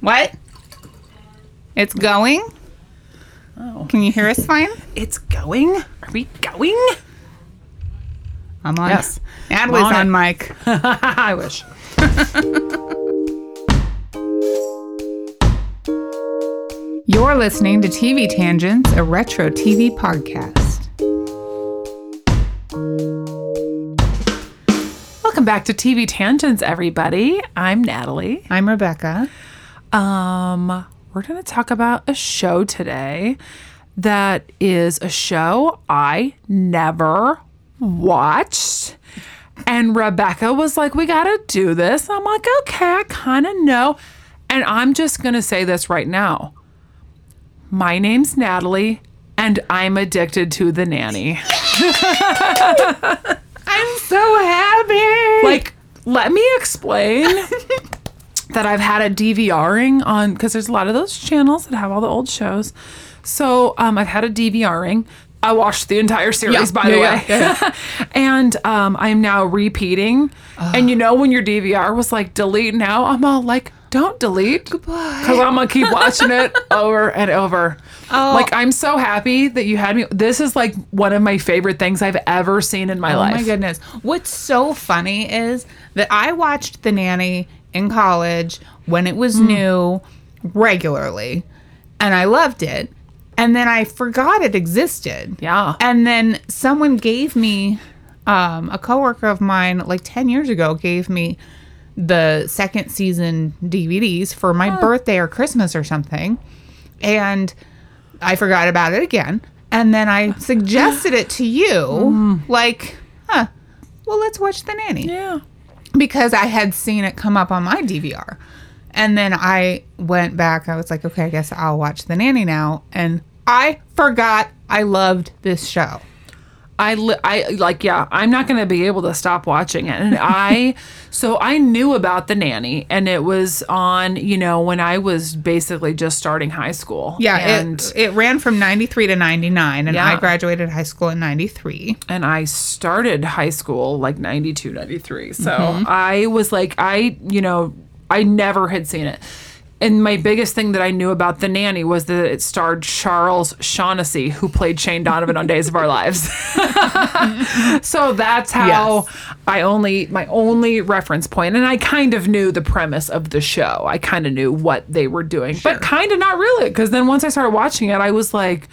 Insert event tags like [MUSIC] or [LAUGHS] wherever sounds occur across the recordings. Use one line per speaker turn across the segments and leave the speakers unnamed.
What? It's going?
Oh.
Can you hear us fine?
It's going? Are we going? [LAUGHS]
I'm on.
Yes.
Adley's
I'm on
on,
it.
mic.
I wish.
You're listening to TV Tangents, a retro TV podcast.
Welcome back to TV Tangents, everybody. I'm Natalie.
I'm Rebecca.
Um, we're going to talk about a show today that is a show I never watched. And Rebecca was like, We got to do this. I'm like, Okay, I kind of know. And I'm just going to say this right now. My name's Natalie, and I'm addicted to the nanny.
I'm so happy.
like let me
[LAUGHS]
explain that I've had a DVRing on because there's a lot of those channels that have all the old shows. So um, I've had a DVRing. I watched the entire series,
Yeah.
by the
Yeah,
way, [LAUGHS] and um, I am now repeating. And you know when your DVR was like delete now, I'm all like, don't delete, because I'm gonna keep
[LAUGHS]
watching it over and over.
Oh.
Like I'm so happy that you had me. This is like one of my favorite things I've ever seen in my
Oh
life.
my goodness. What's so funny is that I watched The Nanny in college when it was new regularly and I loved it. And then I forgot it existed.
Yeah.
And then someone gave me um, a coworker of mine like 10 years ago gave me the second season DVDs for my birthday or Christmas or something. And I forgot about it again. And then I suggested it to you, like, huh, well, let's watch The Nanny.
Yeah.
Because I had seen it come up on my DVR. And then I went back. I was like, okay, I guess I'll watch The Nanny now. And I forgot I loved this show.
I, li- I like yeah i'm not going to be able to stop watching it and
[LAUGHS]
i so i knew about the nanny and it was on you know when i was basically just starting high school
Yeah,
and
it, it ran from 93 to 99, and I
Yeah.
graduated high school in 93.
and i started high school like 92 93 so i was like i you know i never had seen it and my biggest thing that I knew about The Nanny was that it starred Charles Shaughnessy, who played Shane Donovan on Days of Our Lives. [LAUGHS] So that's how I only my only reference point, and I kind of knew the premise of the show. I kind of knew what they were doing, but kind of not really, because then once I started watching it, I was like,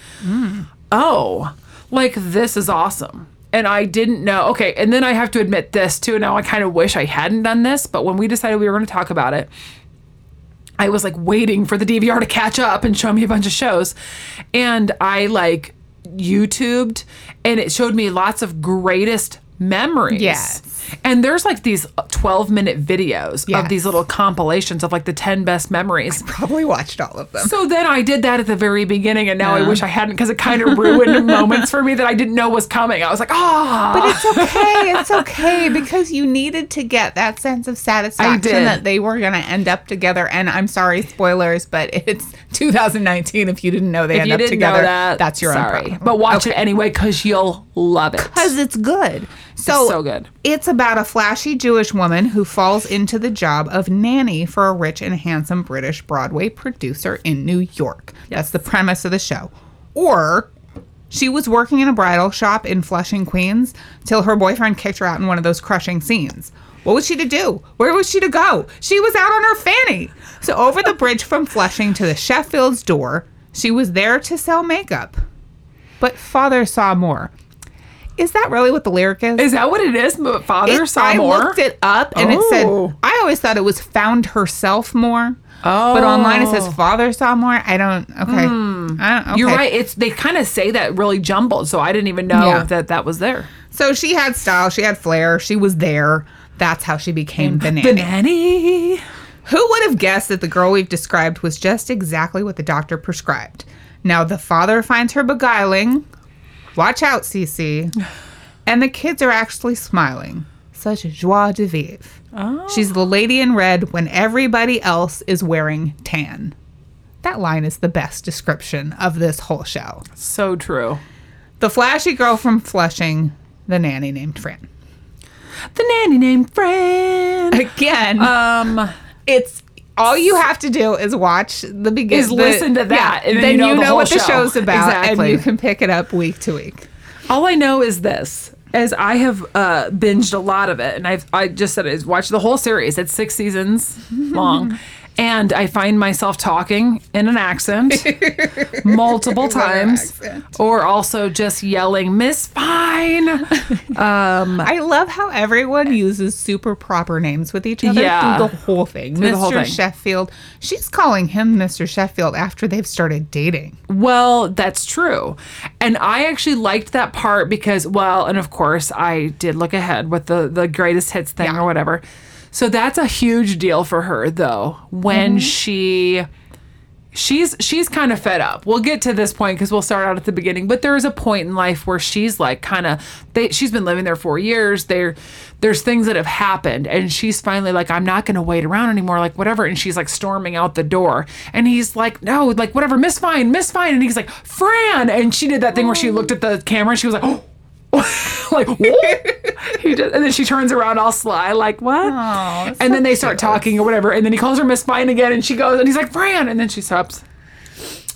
oh, like this is awesome. And I didn't know. Okay, and then I have to admit this too. Now I kind of wish I hadn't done this, but when we decided we were going to talk about it, I was like waiting for the DVR to catch up and show me a bunch of shows. And I like YouTubed and it showed me lots of greatest memories.
Yes.
And there's like these 12 minute videos
Yes.
of these little compilations of like the 10 best memories.
Probably watched all of them.
So then I did that at the very beginning and now I wish I hadn't because it kind
[LAUGHS]
of ruined moments for me that I didn't know was coming. I was like, ah.
But it's okay. It's okay because you needed to get that sense of satisfaction
did.
that they were going to end up together. And I'm sorry, spoilers, but it's 2019. If you didn't know they
if
end
you
up
didn't
together,
know that,
that's your own
sorry.
problem.
But watch it anyway because you'll love it.
because it's good. So,
so good.
It's about a flashy Jewish woman who falls into the job of nanny for a rich and handsome British Broadway producer in New York. That's the premise of the show. Or she was working in a bridal shop in Flushing, Queens, till her boyfriend kicked her out in one of those crushing scenes. What was she to do? Where was she to go? She was out on her fanny. So, over the bridge from Flushing to the Sheffield's door, she was there to sell makeup. But father saw more. Is that really what the lyric is?
Is that what it is? But Father
It-
saw
I
more.
looked it up and it
Oh.
said I always thought it was found herself more.
Oh. Hmm.
But online it says father saw more. I don't okay. I don't, okay.
You're right. It's they kind of say that really jumbled, so I didn't even know
Yeah.
that that was there.
So she had style, she had flair, she was there. That's how she became the nanny.
nanny.
Who would have guessed that the girl we've described was just exactly what the doctor prescribed? Now the father finds her beguiling. Watch out, Cece. [SIGHS] And the kids are actually smiling. Such joie de vivre. She's the lady in red when everybody else is wearing tan. That line is the best description of this whole show.
So true.
The flashy girl from Flushing, the nanny named Fran.
The nanny named Fran.
Again,
Um,
it's all you have to do is watch the beginning.
Is listen to that, and then you know the whole
what the
show.
show's about,
Exactly.
and you can pick it up week to week.
All I know is this. As I have uh, binged a lot of it, and I've I just said is watched the whole series. It's six seasons long, and I find myself talking in an accent multiple times,
accent.
or also just yelling "Miss Fine." Um,
I love how everyone uses super proper names with each other
Yeah.
through the whole thing.
Through
Mr.
the whole thing.
Sheffield, she's calling him Mr. Sheffield after they've started dating.
Well, that's true. And I actually liked that part because, well, and of course, I did look ahead with the, the greatest hits thing or whatever. So that's a huge deal for her, though, when she. She's she's kind of fed up. We'll get to this point because we'll start out at the beginning. But there is a point in life where she's like kind of they she's been living there for years. There there's things that have happened and she's finally like, I'm not gonna wait around anymore, like whatever. And she's like storming out the door. And he's like, No, like whatever, Miss Fine, Miss Fine. And he's like, Fran. And she did that thing where she looked at the camera and she was like, [GASPS] Oh, [LAUGHS] like what? he just, and then she turns around all sly, like what? and then they start talking or whatever, and then he calls her Miss Fine again, and she goes, and he's like Fran, and then she stops.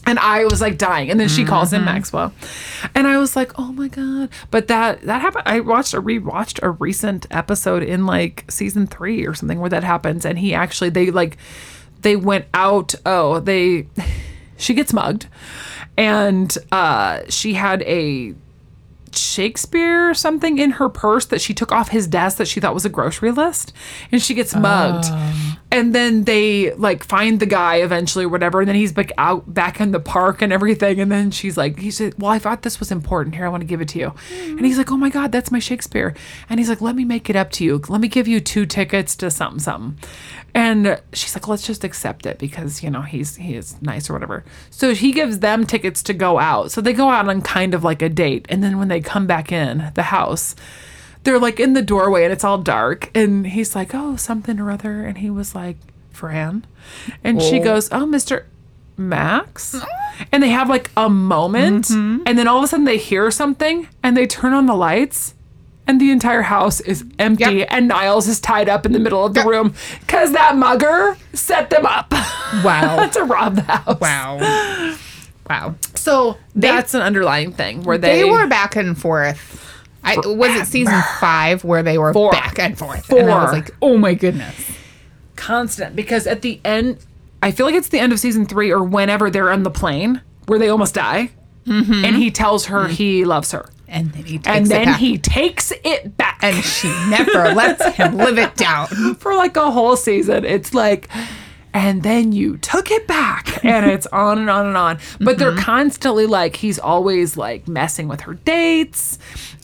And I was like dying, and then she calls him Maxwell, and I was like, oh my god! But that that happened. I watched a rewatched a recent episode in like season three or something where that happens, and he actually they like they went out. Oh, they [SIGHS] she gets mugged, and uh, she had a Shakespeare or something in her purse that she took off his desk that she thought was a grocery list, and she gets mugged. And then they like find the guy eventually or whatever, and then he's back out back in the park and everything. And then she's like, he said, "Well, I thought this was important. Here, I want to give it to you." And he's like, "Oh my God, that's my Shakespeare." And he's like, "Let me make it up to you. Let me give you two tickets to something something." And she's like, "Let's just accept it because you know he's he is nice or whatever." So he gives them tickets to go out. So they go out on kind of like a date, and then when they come back in the house, they're like in the doorway and it's all dark. And he's like, "Oh, something or other," and he was like, "Fran," and she
Oh.
goes, "Oh, Mister." Max, and they have like a moment, and then all of a sudden they hear something and they turn on the lights, and the entire house is empty,
Yep.
and Niles is tied up in the middle of the
Yep.
room because that mugger set them up
Wow.
[LAUGHS] to rob the house.
wow. Wow.
So that's an underlying thing where they,
They, were back and forth. I, was it season five where they were
Four.
back and forth? And I was
Four.
like, oh my goodness.
constant because at the end, I feel like it's the end of season three or whenever they're on the plane where they almost die, and he tells her he loves her,
And then he takes
and
it
then
back.
he takes it back.
and she never lets him live it down.
for like a whole season. It's like, and then you took it back, [LAUGHS] and it's on and on and on. But
Mm-hmm.
they're constantly like, he's always like messing with her dates.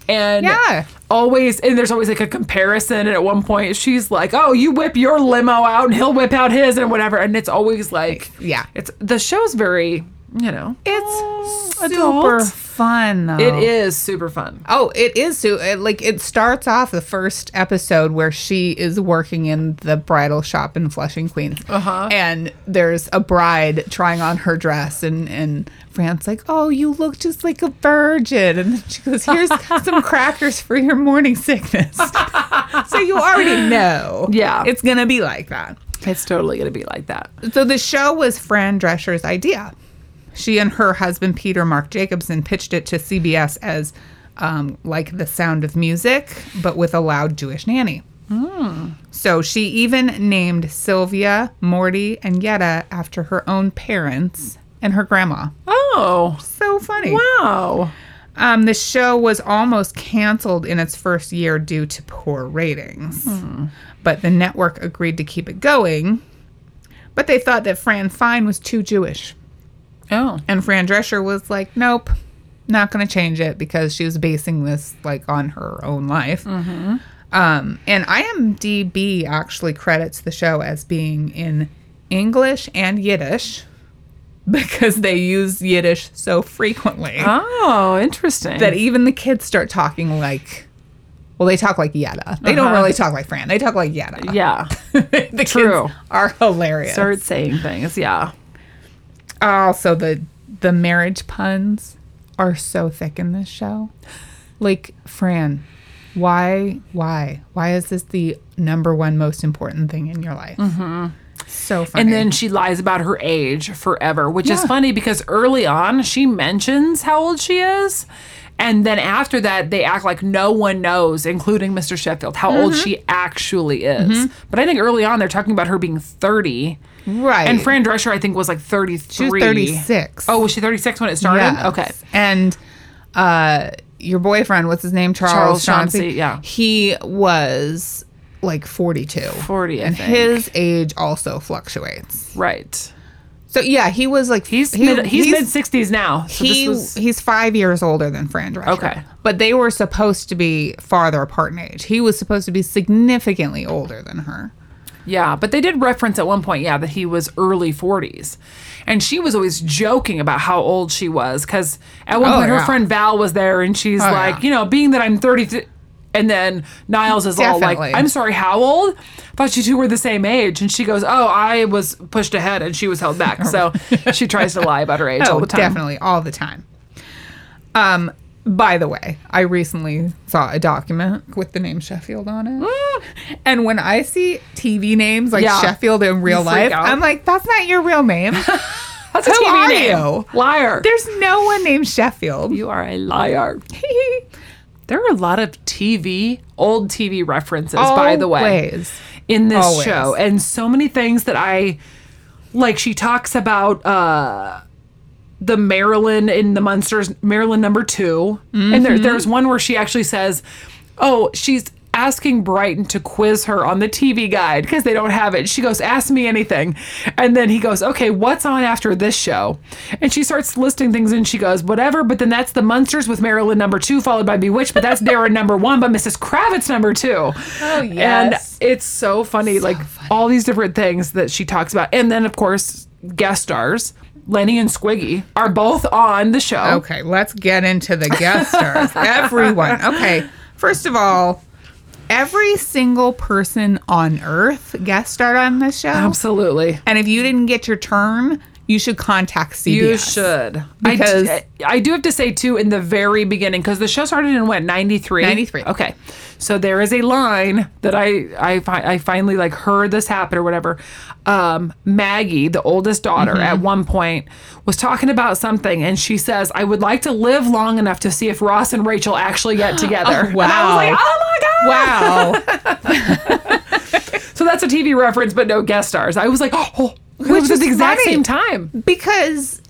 And
Yeah.
always, and there's always like a comparison. And at one point, she's like, Oh, you whip your limo out, and he'll whip out his, and whatever. And it's always like,
Yeah.
It's the show's very, you know,
It's super
adult.
fun. Though.
it is super fun.
Oh, it is. So, it, like, it starts off the first episode where she is working in the bridal shop in Flushing, Queens. Uh-huh. And there's a bride trying on her dress, and, and Fran's like, Oh, you look just like a virgin. And then she goes, [LAUGHS] Here's some crackers for your morning [LAUGHS] sickness. so, you already know.
Yeah.
It's going to be like that.
It's totally going to be like that.
So the show was Fran Drescher's idea. She and her husband Peter Mark Jacobson pitched it to CBS as um, like the Sound of Music, but with a loud Jewish nanny. So she even named Sylvia, Morty, and Yetta after her own parents and her grandma.
Oh,
So funny.
wow.
Um, the show was almost canceled in its first year due to poor ratings, but the network agreed to keep it going. But they thought that Fran Fine was too Jewish,
Oh.
and Fran Drescher was like, "Nope, not going to change it because she was basing this like on her own life." Um, and IMDb actually credits the show as being in English and Yiddish [LAUGHS] because they use Yiddish so frequently
Oh, interesting.
that even the kids start talking like well they talk like yada they don't
Uh-huh.
really talk like fran they talk like yada
yeah.
[LAUGHS] the
true.
kids are hilarious
Start saying things, yeah.
also the the marriage puns are so thick in this show like fran why why why is this the number one most important thing in your life So funny.
Mm-hmm. And then she lies about her age forever, which is
Yeah.
funny because early on she mentions how old she is. And then after that, they act like no one knows, including Mr. Sheffield, how old she actually is. But I think early on they're talking about her being 30.
right.
And Fran Drescher, I think, was like 33.
She was 36.
Oh, was she 36 when it started?
Yes.
Okay.
And uh, your boyfriend, what's his name? Charles,
Charles
Chauncey.
Chauncey, yeah.
He was like 42.
40, I
And
think.
his age also fluctuates.
Right.
So yeah, he was like
He's
he-
mid, he's, mid 60s now. So
he
this was,
he's five years older than Fran Drescher.
Okay.
but they were supposed to be farther apart in age. He was supposed to be significantly older than her.
Yeah, but they did reference at one point, yeah, that he was early 40s. And she was always joking about how old she was because at one
Oh,
point
yeah.
her friend Val was there and she's like,
yeah.
you know, being that I'm 33. And then Niles is all
Definitely.
like, I'm sorry, how old? thought you two were the same age. And she goes, Oh, I was pushed ahead and she was held back. [LAUGHS] So she tries to lie about her age all the time.
Oh, definitely all the time. Um, by the way, I recently saw a document with the name Sheffield on it, and when I see TV names like
Mm. Yeah.
Sheffield in real
You freak
life,
out.
I'm like, that's not your real
[LAUGHS]
name.
That's a
Who
TV
are
name.
you?
Liar.
There's no one named Sheffield.
you are a liar. There are a lot of TV, old TV references, by the way.
[LAUGHS] Always.
in this
Always.
show and so many things that i like she talks about uh the Maryland in the Munsters, Maryland number 2 And
Mm-hmm.
there, there's one where she actually says, Oh, she's asking Brighton to quiz her on the TV guide because they don't have it. She goes, Ask me anything. And then he goes, Okay, what's on after this show? And she starts listing things and she goes, Whatever. But then that's the Munsters with Maryland number two, followed by Bewitched. But that's Darren number one, but Mrs. Kravitz number two. Oh,
yes.
And it's so funny. like all these different things that she talks about. And then, of course, guest stars. Lenny and Squiggy are both on the show.
Okay, let's get into the guest stars.
[LAUGHS]
Everyone. Okay, first of all, every single person on Earth guest starred on this show.
Oh Absolutely.
And if you didn't get your turn, you should contact CBS.
You should.
Because-
I, d- I do have to say, too, in the very beginning, because the show started in what, 93?
93.
Okay. So there is a line that I, I, fi- I finally like heard this happen or whatever. Um, Maggie, the oldest daughter, at one point was talking about something and she says, I would like to live long enough to see if Ross and Rachel actually get together.
wow.
And I was like, oh my God.
Wow.
[LAUGHS] So that's a TV reference, but no guest stars. I was like, [GASPS] oh, which it
Which
was at
is
the exact
funny.
same time.
because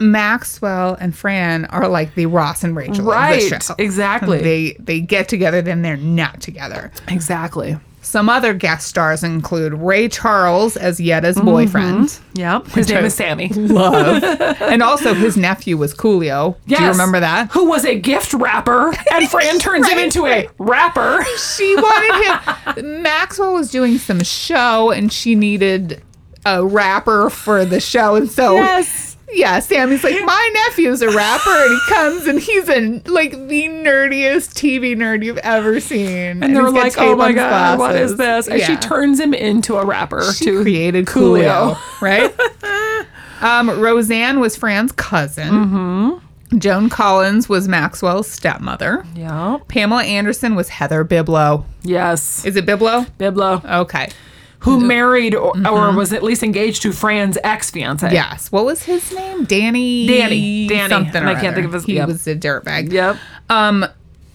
Maxwell and Fran are like the Ross and Rachel of the
Right,
show.
exactly.
They they get together, then they're not together.
Exactly.
Some other guest stars include Ray Charles as Yetta's
Mm-hmm.
boyfriend.
Yep. His name
I-
is Sammy.
Love. and also his nephew was Coolio. Do you
Yes.
remember that?
Who was a gift wrapper, and
[LAUGHS]
Fran turns him
Right,
into
right.
a rapper.
[LAUGHS] She wanted him. [LAUGHS] Maxwell was doing some show and she needed a rapper for the show. And so,
Yes.
yeah, Sammy's like, my nephew's a rapper. And he comes and he's in like the nerdiest TV nerd you've ever seen. And,
And they're
he's got
like,
tape
oh my
on his
God, what
glasses."
is this? And she
Yeah.
turns him into a rapper.
She
to
created Coolio, right?
[LAUGHS]
um, Roseanne was Fran's cousin.
Mm-hmm.
Joan Collins was Maxwell's stepmother.
Yeah.
Pamela Anderson was Heather Biblow.
Yes.
Is it Mm-hmm. Biblow?
Biblo,
Okay.
who married or,
Mm-hmm.
or was at least engaged to Fran's ex fiance.
Yes. What was his name? Danny.
Danny. Danny.
Something.
And
or
I can't
other.
think of his-
He
yep.
was a dirtbag.
Yep.
Um.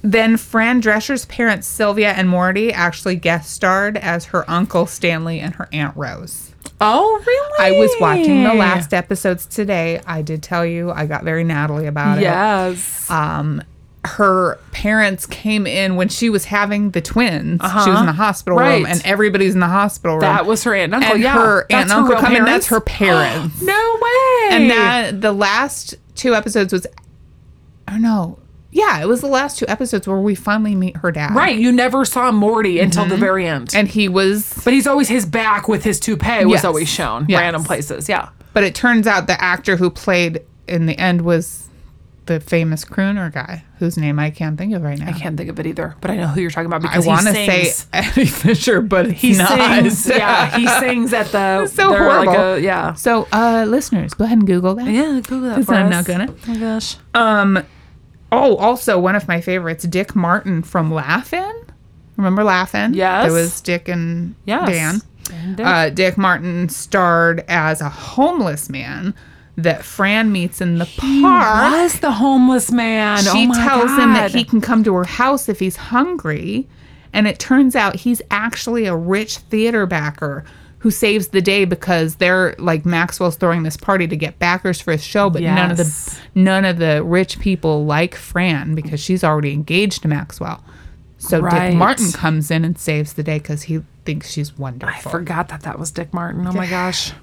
Then Fran Drescher's parents, Sylvia and Morty, actually guest starred as her uncle Stanley and her aunt Rose.
Oh, really?
I was watching the last episodes today. I did tell you I got very Natalie about
Yes.
it. Um, her parents came in when she was having the twins. She was in the hospital room,
Uh-huh. Right.
and everybody's in the hospital room.
That was her aunt and uncle.
And
yeah.
her aunt and
That's
uncle
real
come in. That's
[GASPS] parents?
her parents.
no way.
and that the last two episodes was, oh no, yeah, it was the last two episodes where we finally meet her dad.
Right. You never saw Morty until
Mm-hmm.
the very end.
and he was
but he's always his back with his toupee was
Yes.
always shown
Yes.
random places. Yeah.
But it turns out the actor who played in the end was the famous crooner guy whose name I can't think of right now.
I can't think of it either, but I know who you're talking about
I
because he
want to say
sings.
Eddie Fisher, but
he
he's not.
sings. [LAUGHS] Yeah, he sings at the
so
they're
horrible.
Like a,
[LAUGHS]
yeah.
So, uh, listeners, go ahead and Google that.
Yeah, Google that
Because
for
I'm
us.
not gonna.
Oh my gosh.
Um, oh, also one of my favorites, Dick Martin from Laugh-In. Remember Laugh-In?
Yes.
There was Dick and
Yes.
Dan. Uh, Dick Martin starred as a homeless man that Fran meets in the park.
Was the homeless man?
She
oh my
tells
God.
him that he can come to her house if he's hungry. And it turns out he's actually a rich theater backer who saves the day because they're like Maxwell's throwing this party to get backers for his show, but none of the
Yes.
none of the rich people like Fran because she's already engaged to Maxwell. So
Right.
Dick Martin comes in and saves the day because he thinks she's
I
wonderful.
forgot that that was Dick Martin. Oh my gosh.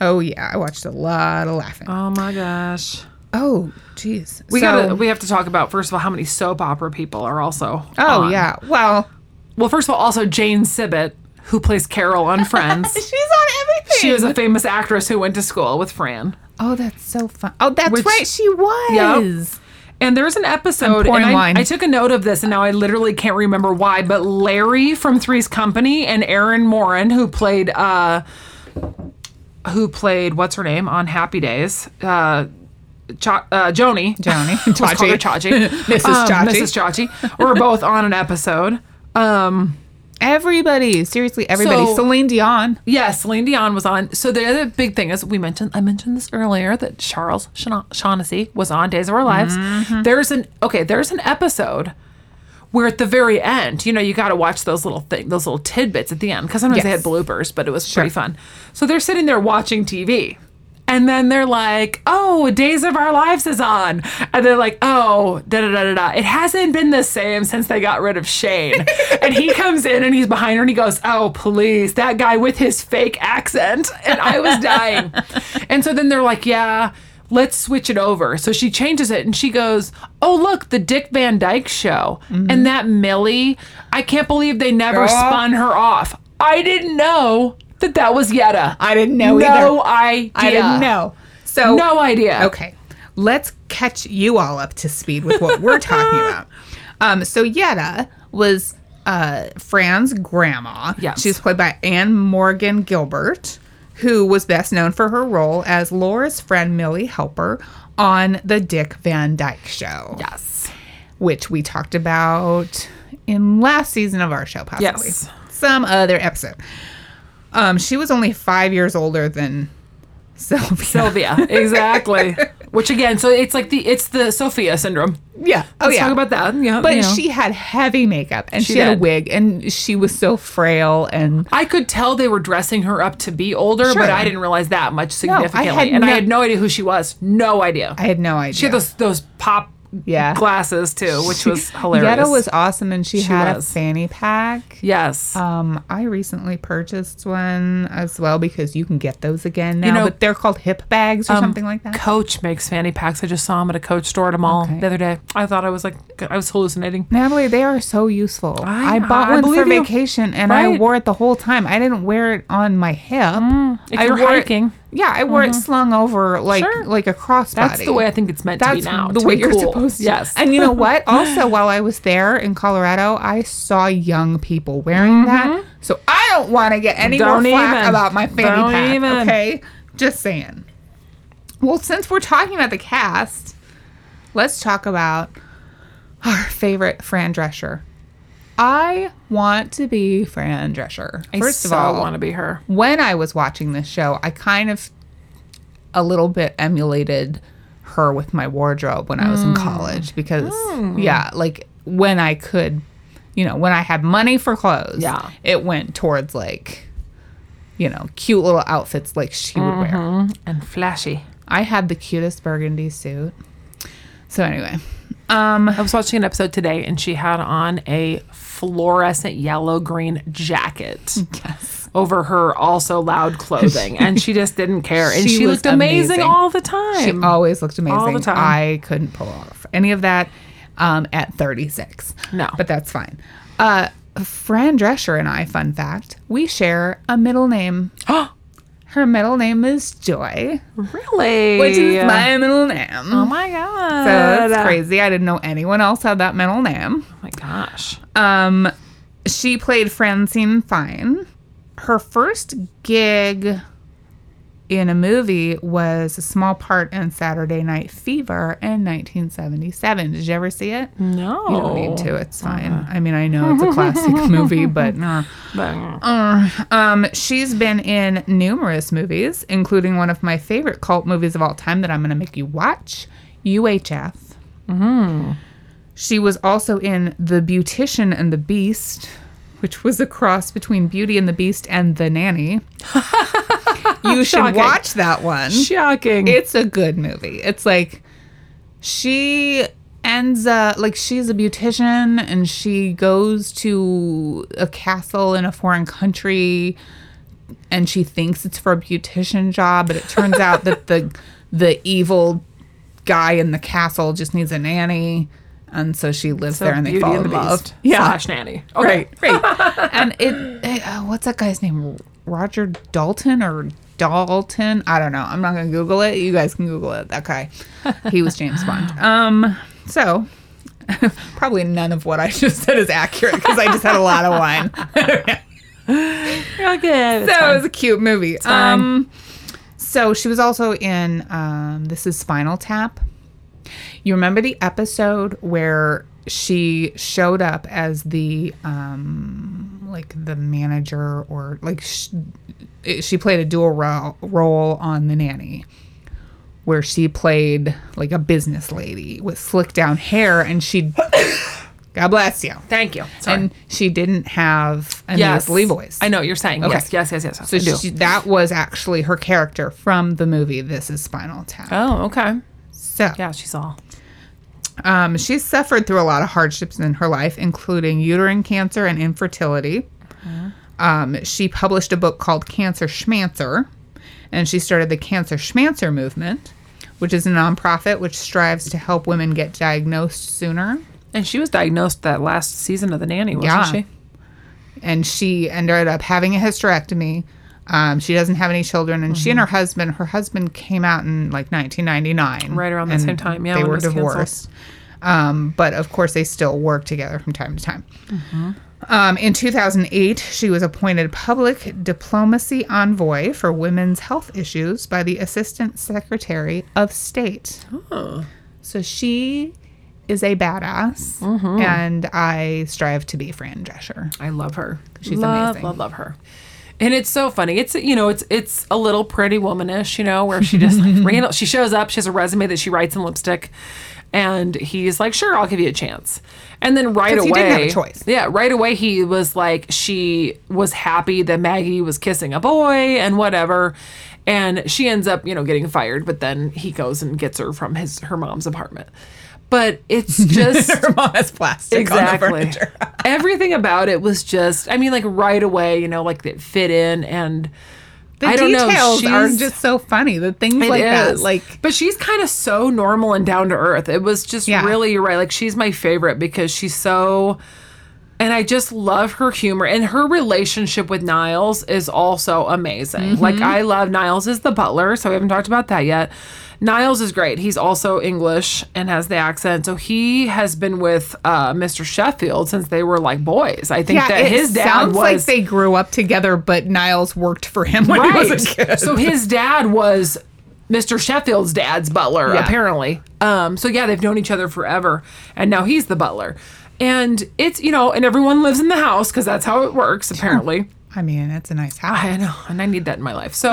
oh yeah, I watched a lot of laughing.
Oh my gosh.
Oh, jeez.
We
So-
gotta we have to talk about first of all how many soap opera people are also.
Oh
on.
yeah. Well,
Well, first of all, also Jane Sibbett, who plays Carol on [LAUGHS] Friends.
she's on everything.
she was a famous actress who went to school with Fran.
Oh, that's so fun. Oh, that's
Which-
right. She was.
Yep. And there's an episode,
pouring
and I,
wine.
I took a note of this, and now I literally can't remember why. But Larry from Three's Company and Erin Morin, who played, uh, who played what's her name on Happy Days, uh, Cho- uh, Joni,
Johnny.
[LAUGHS] Let's call her
Chachi.
Chachi, [LAUGHS]
Mrs.
Um,
Chachi.
Mrs. Chachi, were both on an episode. Um,
Everybody. Seriously, everybody.
So-
Celine Dion.
yeah, Celine Dion was on. So the other big thing is we mentioned. I mentioned this earlier that Charles Shaugh- Shaughnessy was on Days of Our Lives. There's an okay. There's an episode where at the very end, you know, you got to watch those little thing, those little tidbits at the end because sometimes they
Yes.
had bloopers, but it was pretty fun. So they're sitting there watching TV. And then they're like, "Oh, Days of Our Lives is on," and they're like, "Oh, da da da da da." It hasn't been the same since they got rid of Shane. and he comes in and he's behind her and he goes, "Oh, please, that guy with his fake accent." And I was dying. and so then they're like, "Yeah, let's switch it over. So she changes it and she goes, Oh, look, the Dick Van Dyke show. And that Millie, I can't believe they never
Girl.
spun her off. I didn't know that that was Yetta.
I didn't know
No
either.
idea.
I didn't know. So
No idea.
Okay. Let's catch you all up to speed with what we're talking [LAUGHS] about. Um, so Yetta was uh, Fran's grandma.
Yes.
She's played by Anne Morgan Gilbert, who was best known for her role as Laura's friend Millie Helper on the Dick Van Dyke Show.
Yes.
which we talked about in last season of our show, possibly.
Yes.
Some other episode. Um, she was only five years older than Sylvia.
Sylvia.
[LAUGHS]
Exactly. Which again, so it's like the it's the Sophia syndrome.
yeah. Oh,
Let's
yeah.
talk about that. Yeah.
but
you know.
she had heavy makeup and she,
She
had a
did.
wig and she was so frail and
I could tell they were dressing her up to be older,
Sure.
but I didn't realize that much significantly.
had
and I
no-
had no idea who she was. No idea.
I had no idea.
She had those those pop
Yeah.
glasses too, which was
[LAUGHS]
hilarious.
Yetta was awesome and she, had
was.
a fanny pack.
yes.
Um, I recently purchased one as well because you can get those again now,
know- um,
but they're called hip bags or something like that.
Coach makes fanny packs. I just saw him at a Coach store at a mall the other day. I thought I was like I was hallucinating.
Natalie, they are so useful. I,
I-
bought
I
one for
believe you.
vacation and I
Right. Mm.
wore it the whole time. I didn't wear it on my hip.
If
I
you're
wore it-
hiking, Mm-hmm.
yeah, I wore it slung over like
Sure.
like a crossbody.
that's the way I think it's meant
That's
to be now.
the
to
way
be
you're
cool.
supposed to.
Yes.
And
[LAUGHS]
you know what? Also, while I was there in Colorado, I saw young people wearing that. So I don't want to get any
Mm-hmm. Don't
more flack
even.
about my fanny
Don't
pack.
even.
Okay, just saying. Well, since we're talking about the cast, let's talk about our favorite Fran Drescher. I want to be Fran Drescher.
I
First of
so
all,
want to be her.
when I was watching this show, I kind of a little bit emulated her with my wardrobe when I was in college because yeah, like when I could, you know, when I had money for clothes,
Yeah.
it went towards like you know, cute little outfits like she would wear.
And flashy.
I had the cutest burgundy suit. So anyway, um
I was watching an episode today and she had on a fluorescent yellow green jacket.
yes.
Over her also
[LAUGHS]
loud clothing, and she just didn't care. And
She
she,
was
looked amazing,
amazing.
all the time.
She always looked amazing.
All the time.
I couldn't pull off any of that um, at 36.
No.
But that's fine. Uh, Fran Drescher and I, fun fact, we share a middle name. Her middle name is Joy,
[GASPS] Really?
which is my middle name.
Oh my god.
so that's crazy. I didn't know anyone else had that middle name.
Oh my gosh.
Um, she played Francine Fine. Her first gig in a movie was a small part in Saturday Night Fever in 1977. Did you ever see it?
No.
You don't need to. It's fine. I mean, I know it's a classic [LAUGHS] movie, but uh, nah.
But,
Um, she's been in numerous movies, including one of my favorite cult movies of all time that I'm going to make you watch, UHF. She was also in The Beautician and the Beast, which was a cross between Beauty and the Beast and The Nanny. you should
Shocking.
watch that one.
shocking.
It's a good movie. It's like she ends up like she's a beautician and she goes to a castle in a foreign country and she thinks it's for a beautician job, but it turns out that [LAUGHS] the the evil guy in the castle just needs a nanny. And so she lives there and they fall in love.
Yeah. Slash nanny. Okay.
Right, right. and it, eh, uh, what's that guy's name? Roger Dalton or Dalton? I don't know. I'm not gonna Google it. You guys can Google it. That guy, he was James Bond. Um, so [LAUGHS] probably none of what I just said is accurate because I just had a lot of wine.
You're good.
so it was a cute movie. Um, so she was also in um, this is Spinal Tap. You remember the episode where she showed up as the um, like the manager or like sh- it- she played a dual ro- role on the nanny. Where she played like a business lady with slick down hair, and she, [COUGHS] God bless you,
Thank you. Sorry.
and she didn't have a
yes.
nasally voice.
I know what you're saying. Yes, yes, yes, yes.
So
I do.
she, that was actually her character from the movie This Is Spinal Tap.
oh, okay.
so
Yeah, she's all.
um, she's suffered through a lot of hardships in her life, including uterine cancer and infertility.
Uh-huh.
Um, she published a book called Cancer Schmancer, and she started the Cancer Schmancer movement, which is a nonprofit which strives to help women get diagnosed sooner.
And she was diagnosed that last season of The Nanny, wasn't
Yeah.
she?
and she ended up having a hysterectomy. Um, she doesn't have any children, and
Mm-hmm.
she and her husband, her husband came out in like 1999,
Right around the
and
same time, yeah,
they
when it
were
was canceled.
divorced. Um, but of course, they still work together from time to time.
Mm-hmm.
Um, in 2008, she was appointed public diplomacy envoy for women's health issues by the Assistant Secretary of State.
Oh.
So she is a badass,
Mm-hmm.
and I strive to be Fran Drescher.
I love her.
She's
love,
amazing.
Love, love her. And it's so funny. It's you know, it's it's a little pretty womanish, you know, where she just
[LAUGHS]
like Randall. She shows up. She has a resume that she writes in lipstick, and he's like, "Sure, I'll give you a chance." And then right
'Cause
away,
he didn't have a choice.
Yeah, right away he was like, she was happy that Maggie was kissing a boy and whatever, and she ends up you know getting fired. But then he goes and gets her from his her mom's apartment. But
[LAUGHS]
it's just
her mom has plastic on the
exactly
furniture. [LAUGHS]
everything about it was just i mean like right away you know like it fit in and
The
i don't
details
know
are
she's-
just so funny. The things
it
like that,
is.
like
but she's kind of so normal and down to earth it was just
Yeah.
really you're right like she's my favorite because she's so and i just love her humor and her relationship with niles is also amazing
Mm-hmm.
like i love niles is the butler so we haven't talked about that yet niles is great he's also english and has the accent so he has been with uh, mr sheffield since they were like boys i think
yeah,
that
it
his dad
sounds
was
like they grew up together, but Niles worked for him when [LAUGHS] he was a kid.
So his dad was Mr. Sheffield's dad's butler,
Yeah.
apparently. Um, so yeah, they've known each other forever, and now he's the butler. And it's you know, and everyone lives in the house because that's how it works, apparently.
I mean, it's a nice house.
I know, and I need that in my
[LAUGHS]
life. So,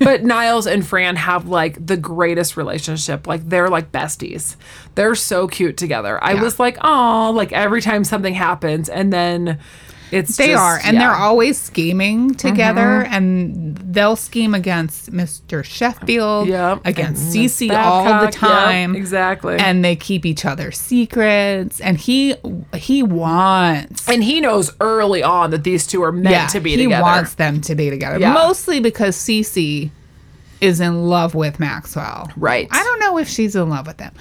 but Niles and Fran have like the greatest relationship. Like they're like besties. They're so cute together. I was like, oh, like every time something happens, and then it's
They
just-
are, and
yeah. Mm-hmm.
they're always scheming together, and they'll scheme against Mr. Sheffield,
Yep.
against
And Miss
Cece all the
Babcock, yep,
time,
exactly.
And they keep each other secrets, and he he wants
And he knows early on that these two are meant to be
he
together.
wants them to be together.
Yeah.
Mostly because Cece is in love with Maxwell.
Right.
I don't know if she's in love with him.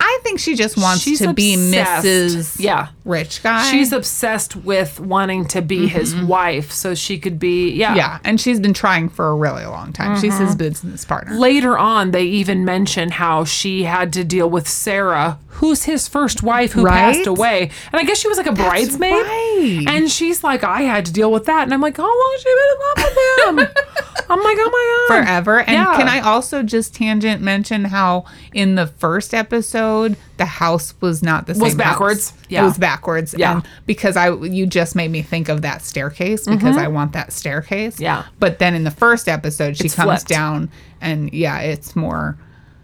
I think she just wants
She's
to be
obsessed.
Mrs.
Yeah.
Rich guy.
She's obsessed with wanting to be his wife so she could be, yeah.
Mm-hmm. yeah, and she's been trying for a really long time. She's his
Mm-hmm.
business partner.
Later on, they even mention how she had to deal with Sarah, who's his first wife who
Right?
passed away. And I guess she was like a bridesmaid.
right. [LAUGHS]
And she's like, I had to deal with that. And I'm like, how long has she been in love with him? I'm like, oh my god.
forever. And
Yeah.
can I also just tangent mention how in the first episode the house was not the same.
Was
house.
backwards. Yeah.
It was backwards.
Yeah.
And because I you just made me think of that staircase because I want that staircase.
Mm-hmm. Yeah.
But then in the first episode she
It's
comes
flipped.
down and yeah, it's more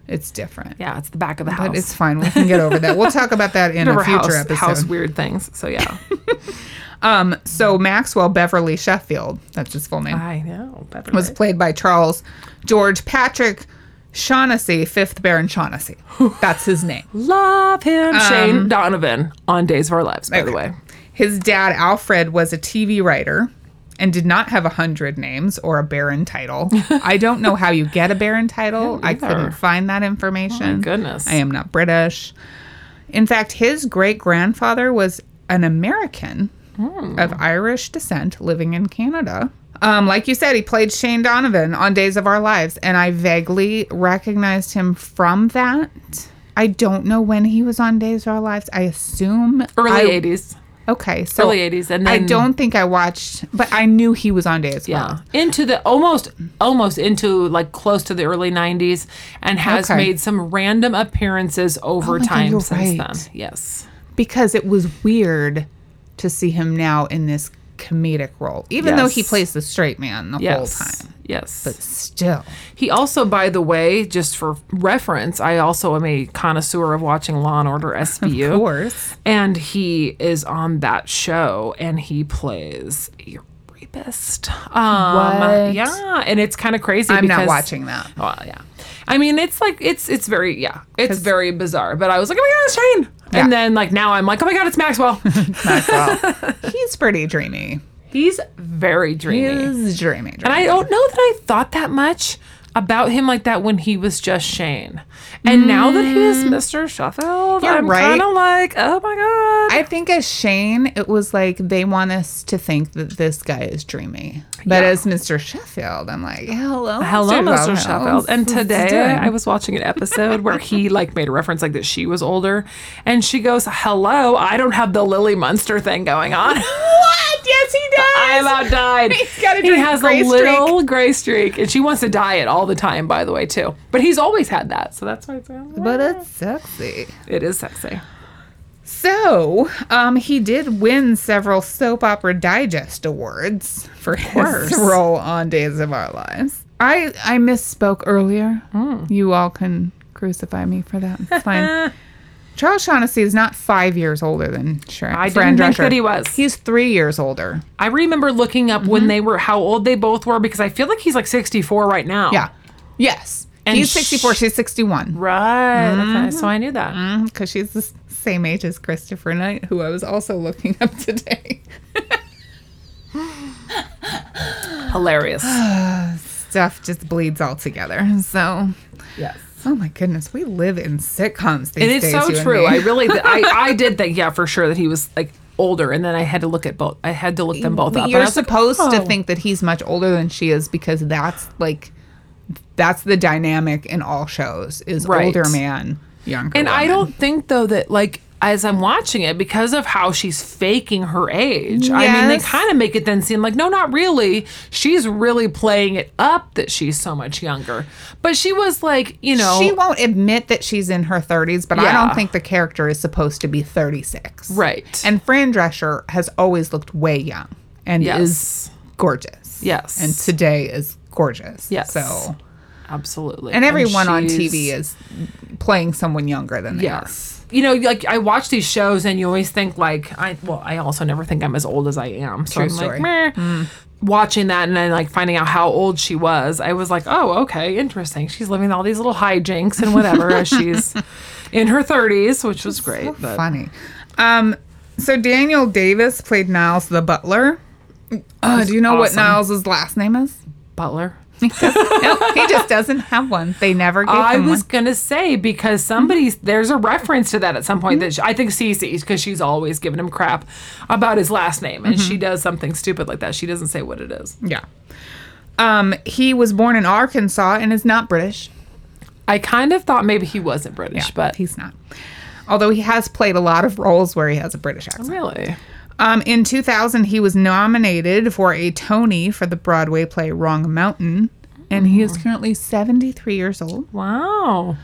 it's different.
Yeah, it's the back of the house.
But it's fine. We can get over that. We'll talk about that in a
Remember
future
house,
episode.
house weird things.
[LAUGHS]
So yeah.
Um, so Maxwell Beverly Sheffield, that's his full name.
I know. Beverly.
was played by Charles George Patrick Shaughnessy, fifth Baron Shaughnessy. That's his name.
Love him. Shane Donovan on Days of Our Lives, by the
Um, Okay.
way.
His dad, Alfred, was a TV writer and did not have a hundred names or a baron
[LAUGHS]
title. I don't know how you get a baron title. I couldn't find that information.
Oh, goodness.
I am not British. In fact, his great grandfather was an American
Hmm.
of Irish descent living in Canada. Um, like you said, he played Shane Donovan on Days of Our Lives, and I vaguely recognized him from that. I don't know when he was on Days of Our Lives. I assume
Early
I-
80s.
Okay, so
Early 80s, and
I
then-
don't think I watched, but I knew he was on Days of Our
Yeah.
Lives.
Into the almost almost into like close to the early 90s and has
Okay. Oh
made some random appearances over
my God,
time
you're
since
right.
then. Yes.
because it was weird to see him now in this comedic role, even though he
Yes.
plays the straight man the
Yes.
whole time.
Yes.
Still,
He also, by the way, just for reference, I also am a connoisseur of watching Law and Order SVU.
Of [LAUGHS] course.
And he is on that show and he plays a rapist. Um
What?
yeah. And it's kind of crazy.
I'm not
because-
watching that.
Well, yeah. I mean, it's like it's it's very yeah, it's very bizarre. But I was like, oh my god, it's Shane.
Yeah.
And then like now I'm like, oh my god,
[LAUGHS]
it's Maxwell. [LAUGHS]
He's pretty dreamy.
He's very dreamy.
He's dreamy. dreamy.
And I don't know that I thought that much about him like that when he was just Shane. And now that he is Mr. Sheffield,
You're
I'm
Mm. right.
kind of like, oh my god.
I think as Shane, it was like they want us to think that this guy is dreamy. But
Yeah.
as Mr. Sheffield, I'm like, hello,
Hello, Mr.
Dollhouse.
Sheffield. And
This is
today
good.
I was watching an episode where he like made a reference like that she was older, and she goes, "Hello, I don't have the Lily Munster thing
[LAUGHS]
going on."
What? Yes, he does.
I about died.
He's got a
he
drink-
has
gray
a
streak.
little gray streak, and she wants to dye it all the time, by the way, too. But he's always had that, so that's why it's,
But it's sexy.
it is sexy.
So, um, he did win several Soap Opera Digest awards for
course.
his [LAUGHS] role on Days of Our Lives. I, I misspoke earlier.
Hmm.
You all can crucify me for that. It's fine. [LAUGHS] Charles Shaughnessy is not five years older than Sharon.
I
Fran
didn't think
Drescher.
that he was. Oh.
He's three years older.
I remember looking up
Mm-hmm.
when they were how old they both were because I feel like he's like 64 right now.
Yeah. Yes.
And
he's
sh-
64. she's 61.
Right. Okay.
Mm-hmm.
So I knew that.
Because she's the s- same age as Christopher Knight, who I was also looking [LAUGHS] up today.
Hilarious.
[GASPS] Stuff just bleeds all together. So,
yes.
oh my goodness, we live in sitcoms these
And
days.
it's so
you and
true.
me.
I really, th- I,
[LAUGHS]
I did think, yeah, for sure that he was like older. And then I had to look at both. I had to look them both up.
But
and I
you're
was like,
supposed
oh.
to think that he's much older than she is because that's like, that's the dynamic in all shows is
Right.
older man, younger
And I
woman.
don't think though that like as I'm watching it because of how she's faking her age. I mean, they
Yes.
kind of make it then seem like no, not really. She's really playing it up that she's so much younger. But she was like, you know,
She won't admit that she's in her 30s, but I
Yeah.
don't think the character is supposed to be 36.
right.
And Fran Drescher has always looked way young and
Yes.
is gorgeous.
Yes.
And today is gorgeous.
Yes.
So,
absolutely.
and everyone on
she's-
TV is playing someone younger than they
Yes. You know, like I watch these shows and you always think like I well, I also never think I'm as old as I am. So I'm
story.
like Meh. watching that and then like finding out how old she was, I was like, Oh, okay, interesting. She's living all these little hijinks and whatever as she's in her thirties, which was great.
are.
but
Funny. Um, so, Daniel Davis played Niles the butler. Uh, do you know what
awesome.
Niles' last name is?
Butler.
no, he just doesn't have one. They never gave
I
him
was
one.
gonna say because somebody there's a reference to that at some point that she, I think Cece because she's always giving him crap about his last name and she does something stupid like that. She doesn't say what it is.
Yeah. Um, he was born in Arkansas and is not British.
I kind of thought maybe he wasn't British, but
he's not. Although he has played a lot of roles where he has a British accent.
really,
Um, in 2000, he was nominated for a Tony for the Broadway play Wrong Mountain, and he is currently 73 years old.
Wow.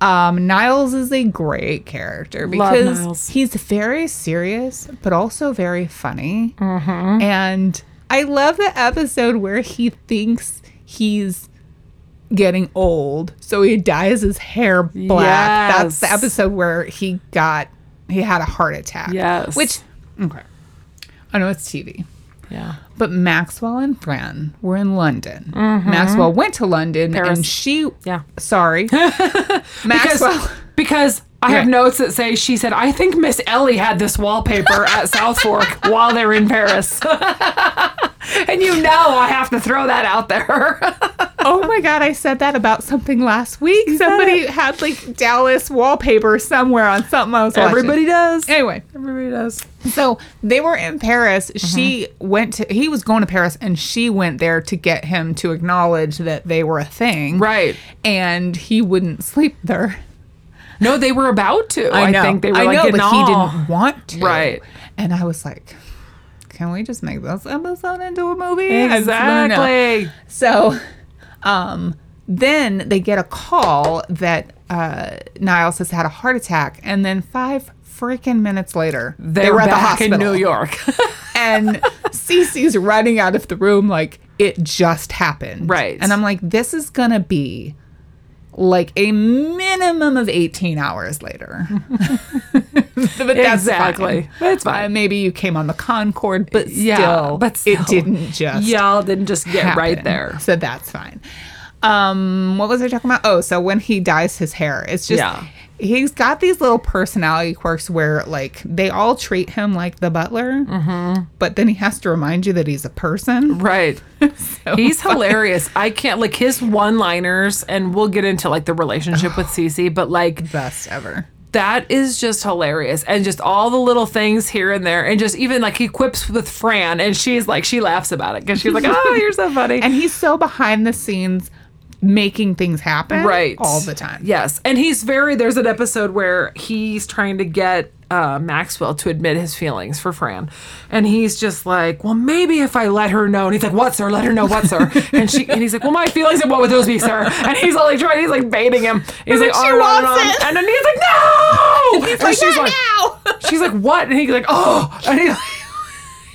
Um, Niles is a great character
Love
because
Niles.
he's very serious, but also very funny.
Mm-hmm.
And I love the episode where he thinks he's getting old, so he dyes his hair black. That's the
Yes.
episode where he got he had a heart attack.
Yes.
which okay, I know it's TV.
Yeah.
But Maxwell and Fran were in London. Maxwell went to London
Mm-hmm. Paris.
and she
Yeah.
Sorry.
[LAUGHS] Because,
Maxwell
because I have
Yeah.
notes that say she said, I think Miss Ellie had this wallpaper
[LAUGHS]
at South Fork while they were in Paris. [LAUGHS] and you know I have to throw that out there.
Oh my god, I said that about something last week. Somebody had like Dallas wallpaper somewhere on something I was watching.
does.
Anyway,
Everybody does.
so they were in Paris. She went to he was going to Paris and she went there to get him to acknowledge that they were a thing.
Right.
And he wouldn't sleep there.
No, they were about to. I,
know.
think they were like,
know,
getting
but he
all-
didn't want to.
Right.
And I was like, can we just make this episode into a movie? [LAUGHS] And so- no, no, no.
Exactly.
So um, then they get a call that uh, Niles has had a heart attack. And then five freaking minutes later, they,
They
were at the
back
hospital.
in New York.
[LAUGHS] and Cece's running out of the room like, it just happened.
Right.
And I'm like, this is going to be like a minimum of 18 hours later. [LAUGHS] but that's
exactly.
fine.
But it's fine.
Uh, maybe you came on the Concord, but still,
Yeah, but still.
it didn't just
Y'all didn't just get right
happen.
there.
So that's fine. Um, what was I talking about? Oh, so when he dyes his hair, it's just
Yeah.
he's got these little personality quirks where like they all treat him like the butler,
Mm-hmm.
but then he has to remind you that he's a
[LAUGHS]
person.
Right.
[LAUGHS] So-
He's hilarious. I can't like his one-liners and we'll get into like the relationship with Cece, but like
best ever.
that is just hilarious and just all the little things here and there and just even like he quips with Fran and she's like she laughs about it cuz she's like, "Oh, you're so funny."
[LAUGHS] And he's so behind the scenes making things happen
right
all the time.
yes and he's very there's an episode where he's trying to get uh, maxwell to admit his feelings for fran and he's just like well maybe if i let her know and he's like what sir let her know what
[LAUGHS]
sir and she and he's like well my feelings and what would those be sir and he's all like trying he's like baiting him he's
then
like "Oh,
she
on and on and
wants
on
it.
and then he's like no and,
He's like,
she's
"Not
like
now.
she's like what and he's like oh and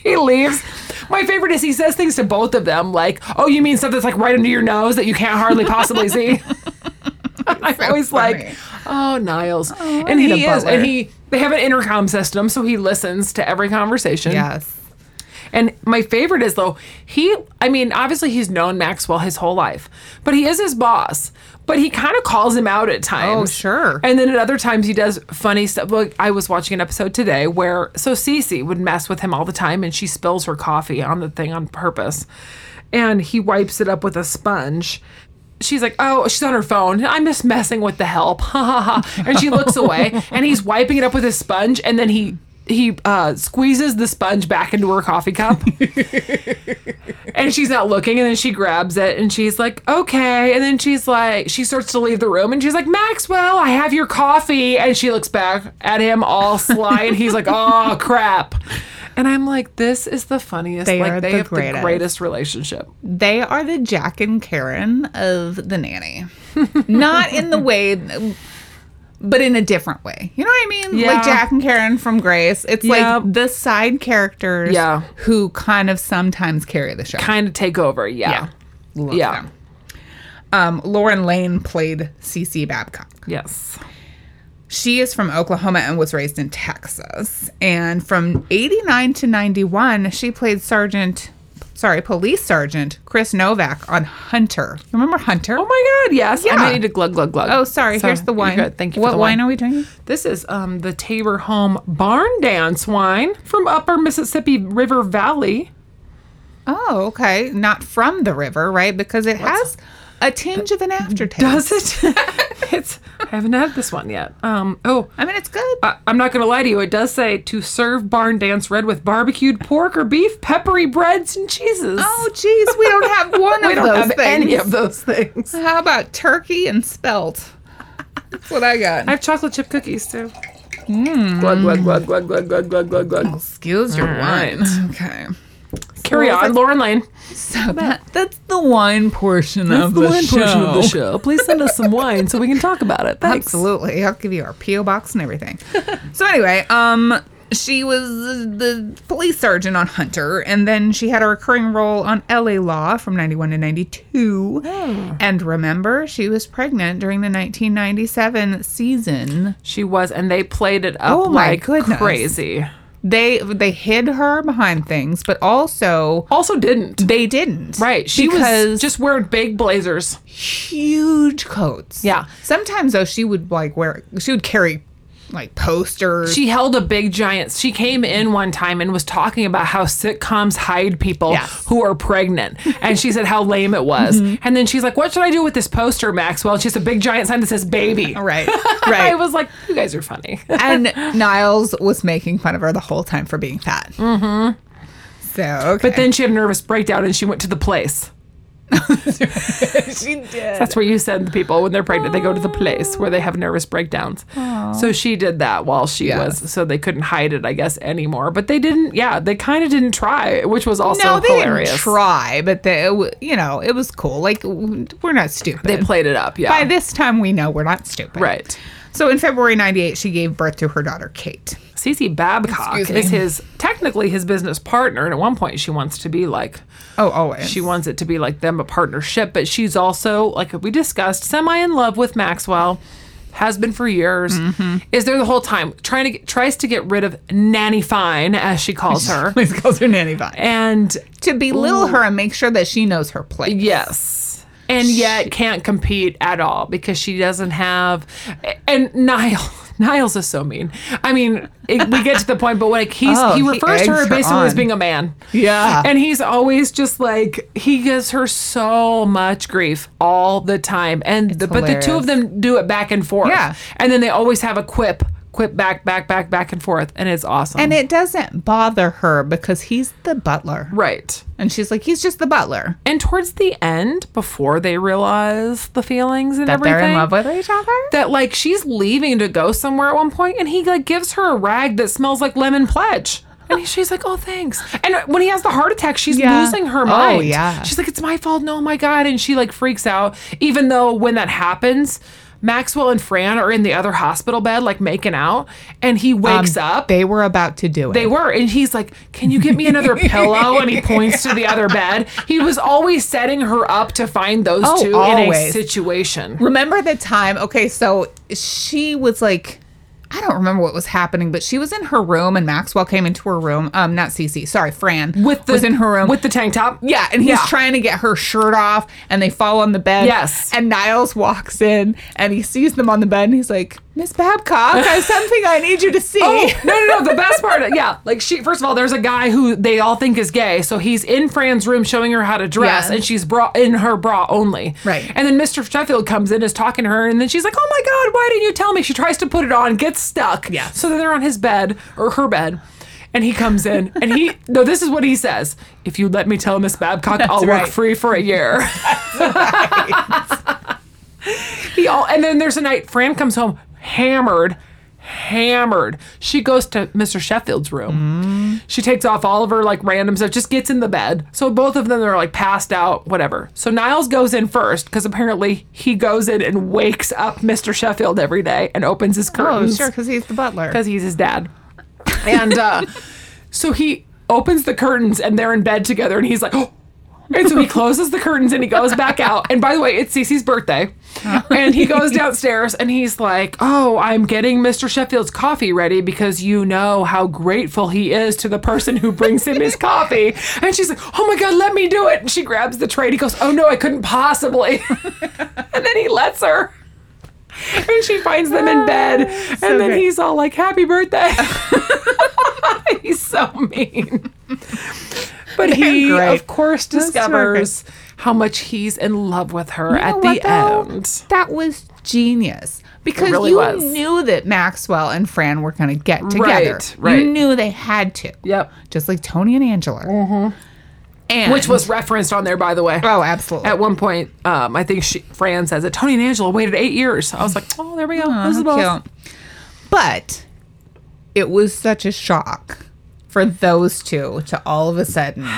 he, he [LAUGHS] leaves my favorite is he says things to both of them like oh you mean stuff that's like right under your nose that you can't hardly
[LAUGHS]
possibly see [LAUGHS] I'm always
funny.
like, oh Niles, and
need
he
a
is,
butler.
and he they have an intercom system, so he listens to every
[LAUGHS]
conversation.
yes.
And my favorite is though he, I mean, obviously he's known Maxwell his whole life, but he is his boss. But he kind of calls him out at times.
Oh, sure.
And then at other times he does funny stuff. Like I was watching an episode today where so Cece would mess with him all the time, and she spills her coffee on the thing on purpose, and he wipes it up with a sponge. She's like, oh, she's on her phone. I'm just messing with the help, [LAUGHS] ha ha ha. And she looks away, and he's wiping it up with a sponge, and then he he uh, squeezes the sponge back into her coffee cup and she's not looking and then she grabs it and she's like okay and then she's like she starts to leave the room and she's like maxwell i have your coffee and she looks back at him all sly and he's like oh [LAUGHS] crap and i'm like this is the funniest
They
like
are
they
the
have the
greatest.
greatest relationship
They are the Jack and Karen of the nanny. Not in the way, but in a different way. You know what I mean?
Yeah.
Like Jack and Karen from Grace. It's
Yeah.
like the side characters
Yeah.
who kind of sometimes carry the show.
kind of take over yeah,
Love
Yeah.
them. Um, Lauren Lane played Cece Babcock.
yes
She is from Oklahoma and was raised in Texas. And from 89 to 91, she played Sergeant, sorry, Police Sergeant Chris Novak on Hunter. Remember Hunter?
oh my god yes i'm
Yeah.
gonna need to glug glug glug
Oh, sorry. Here's the
you're
wine.
good. thank you
What
for the
wine are we drinking?
This is um, the Tabor Home Barn Dance wine from Upper Mississippi River Valley.
Oh, okay. Not from the river, right? Because it has a tinge of an aftertaste.
Does it? [LAUGHS] it's I haven't had this one yet. Um, oh,
I mean, it's good.
I, I'm not gonna lie to you. It does say to serve barn dance red with barbecued pork or beef, peppery breads and cheeses.
oh, jeez, we don't
[LAUGHS]
have one
we
of
don't
those
have
things.
any of those
[LAUGHS]
things.
How about turkey and spelt? That's what I got.
[LAUGHS] I have chocolate chip cookies too. Hmm.
Glug, glug, glug, glug, glug, glug, glug, glug, glug.
Excuse your
right.
wine. Okay.
Carry
Well,
on,
that's-
Lauren Lane.
So that, that's the wine portion
That's
of
the
the
wine
show.
portion of the show. Please send us some wine so we can talk about it. Thanks.
[LAUGHS] Absolutely. I'll give you our PO box and everything. so anyway, um she was the police sergeant on Hunter and then she had a recurring role on LA Law from 91 to 92.
Oh.
And remember, she was pregnant during the 1997 season.
She was, and they played it up
Oh my
like
goodness.
crazy.
They they hid her behind things, but also
Also, didn't
they didn't.
right? She was just wear big blazers.
huge coats.
Yeah.
Sometimes though she would like wear she would carry like posters.
She held a big giant. She came in one time and was talking about how sitcoms hide people
Yes. Mm-hmm.
who are pregnant, and she said how lame it was. And then she's like, "What should I do with this poster, Maxwell?" And she's a big giant sign that says
[LAUGHS]
"baby."
right.
I
Right.
was like, "You guys are funny." [LAUGHS]
and Niles was making fun of her the whole time for being fat. Mm-hmm. So, okay.
But then she had a nervous breakdown and she went to the place.
[LAUGHS] she did.
That's where you send people when they're pregnant. They go to the place where they have nervous breakdowns. So she did that while she
Yes.
was, so they couldn't hide it, I guess, anymore. But they didn't. Yeah, they kind of didn't try, which was also
no, they
hilarious.
didn't try, but they, you know, it was cool. Like w- we're not stupid.
They played it up. Yeah,
By this time, we know we're not stupid.
right.
So in February '98, she gave birth to her daughter Kate.
Cece Babcock
Excuse me.
is his technically his business partner, and at one point she wants to be like
Oh, always.
she wants it to be like them a partnership, but she's also like we discussed semi in love with Maxwell, has been for years, is there the whole time trying to get, tries to get rid of Nanny Fine as she calls her,
[LAUGHS] always calls her nanny Vine.
and
To belittle her and make sure that she knows her place.
yes. And yet can't compete at all because she doesn't have. And Niall, [LAUGHS] Niles is so mean. I mean, it, we get to the point, but when like he's,
Oh,
he
he
refers to
eggs
her
her
basically as
on.
being a man.
Yeah.
And he's always just like he gives her so much grief all the time. And the, but the two
hilarious.
of them do it back and forth.
Yeah.
And then they always have a quip, quip back, back, back, back and forth, and it's awesome.
And it doesn't bother her because he's the butler.
right.
And she's like, he's just the butler.
And towards the end, before they realize the feelings and
That
everything,
they're in love with each other?
that like she's leaving to go somewhere at one point and he like gives her a rag that smells like lemon pledge and he- she's like oh thanks and when he has the heart attack she's
Yeah.
losing her
Oh,
mind
yeah.
she's like it's my fault no my god and she like freaks out even though when that happens maxwell and fran are in the other hospital bed like making out and he wakes
Um,
up
They were about to do it.
they were and he's like can you get me another pillow and he points to the other bed he was always setting her up to find those
Oh,
two in a
always.
situation
Remember the time? Okay, so she was like, I don't remember what was happening, but she was in her room and Maxwell came into her room. Um, not Cece, sorry, Fran
with the
was in her room
with the tank top.
yeah, and he's
Yeah.
trying to get her shirt off, and they fall on the bed.
Yes.
and Niles walks in and he sees them on the bed, and he's like, Miss Babcock, I
[LAUGHS]
have something I need you to see.
Oh, no, no, no. The best part, yeah. Like she, first of all, there's a guy who they all think is gay, so he's in Fran's room showing her how to dress,
Yeah.
and she's bra in her bra only.
Right.
And then Mr. Sheffield comes in, is talking to her, and then she's like, "Oh my God, why didn't you tell me?" She tries to put it on, gets stuck.
Yeah.
So then they're on his bed or her bed. And he comes in, and he no. This is what he says: If you let me tell Miss Babcock, I'll
right.
work free for a
[LAUGHS]
year. He all, and then there's a night Fran comes home hammered, hammered. She goes to Mr. Sheffield's room. She takes off all of her like random stuff, just gets in the bed. So both of them are like passed out, whatever. So Niles goes in first because apparently he goes in and wakes up Mr. Sheffield every day and opens
[LAUGHS]
his
Oh,
curtains
sure, because he's the
[LAUGHS]
butler.
because he's his dad. And uh, so he opens the curtains and they're in bed together and he's like, oh. And so he closes the curtains and he goes back out. And by the way, it's Cece's birthday. And he goes downstairs and he's like, Oh, I'm getting Mr. Sheffield's coffee ready because you know how grateful he is to the person who brings him his coffee. And she's like, Oh my God, let me do it. And she grabs the tray and he goes, Oh no, I couldn't possibly. [LAUGHS] and then he lets her. And she finds them in bed. and then
great.
he's all like, Happy birthday. [LAUGHS] he's so
[LAUGHS]
mean. But he,
great.
of course,
Those two are great.
discovers how much he's in love with her
You know
at the
what, though?
end.
That was genius because
really
you
was.
knew that Maxwell and Fran were going to get together.
Right, right.
You knew they had to.
Yep.
Just like Tony and Angela. Mm-hmm. And
Which was referenced on there, by the way.
oh, absolutely.
At one point, um, I think she, Fran says that Tony and Angela waited eight years. I was like, oh, there we go.
Aw,
this is
how
both.
cute. But it was such a shock for those two to all of a sudden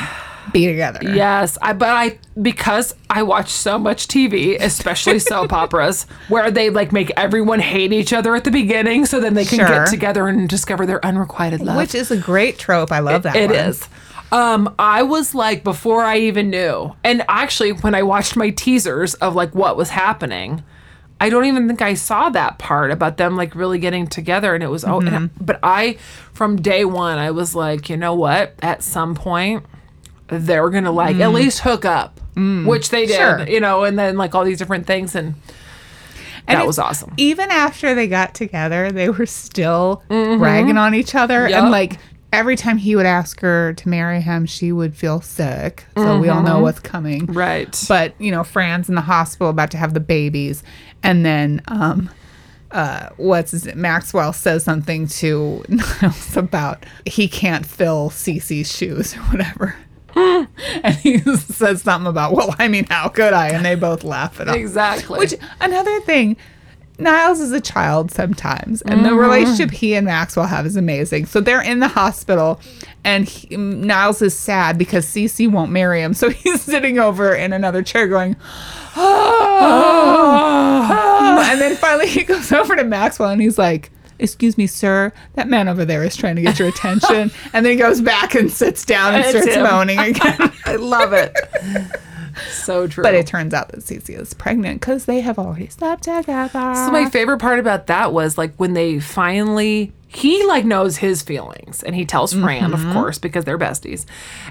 be together.
Yes, I but I because I watch so much TV,
[LAUGHS]
especially soap operas, where they like make everyone hate each other at the beginning, so then they can
Sure.
get together and discover their unrequited love.
Which is a great trope. I love that
It
one.
is. Um, I was like before I even knew, and actually when I watched my teasers of like what was happening, I don't even think I saw that part about them like really getting together, and it was oh,
Mm-hmm.
and- but I from day one I was like, you know what? At some point, they're gonna like at least hook up, which they did,
Mm. Sure.
you know, and then like all these different things, and,
And
that
it-
was awesome.
Even after they got together, they were still bragging on each other.
Mm-hmm. Yup.
And like every time he would ask her to marry him, she would feel sick. So we all know what's coming.
Mm-hmm. Right.
But, you know, Fran's in the hospital about to have the babies. And then, um, uh, what's his, Maxwell says something to [LAUGHS] Niles about he can't fill Cece's shoes or
[LAUGHS]
whatever. and he [LAUGHS] says something about, well, I mean, how could I? And they both laugh it off.
Exactly.
Which another thing, Niles is a child sometimes, and
Mm-hmm.
the relationship he and Maxwell have is amazing. So they're in the hospital, and he, Niles is sad because Cece won't marry him. So [LAUGHS] he's sitting over in another chair going,
Ah."
"Oh," and then finally he goes [LAUGHS] over to Maxwell and he's like. Excuse me, sir. That man over there is trying to get your
[LAUGHS]
attention, and then he goes back and sits down and
It's
starts
him. [LAUGHS]
moaning again.
I love it. [LAUGHS] so true.
but it turns out that Cece is pregnant because they have already slept together.
So my favorite part about that was like when they finally he like knows his feelings and he tells Fran, of course, because they're besties.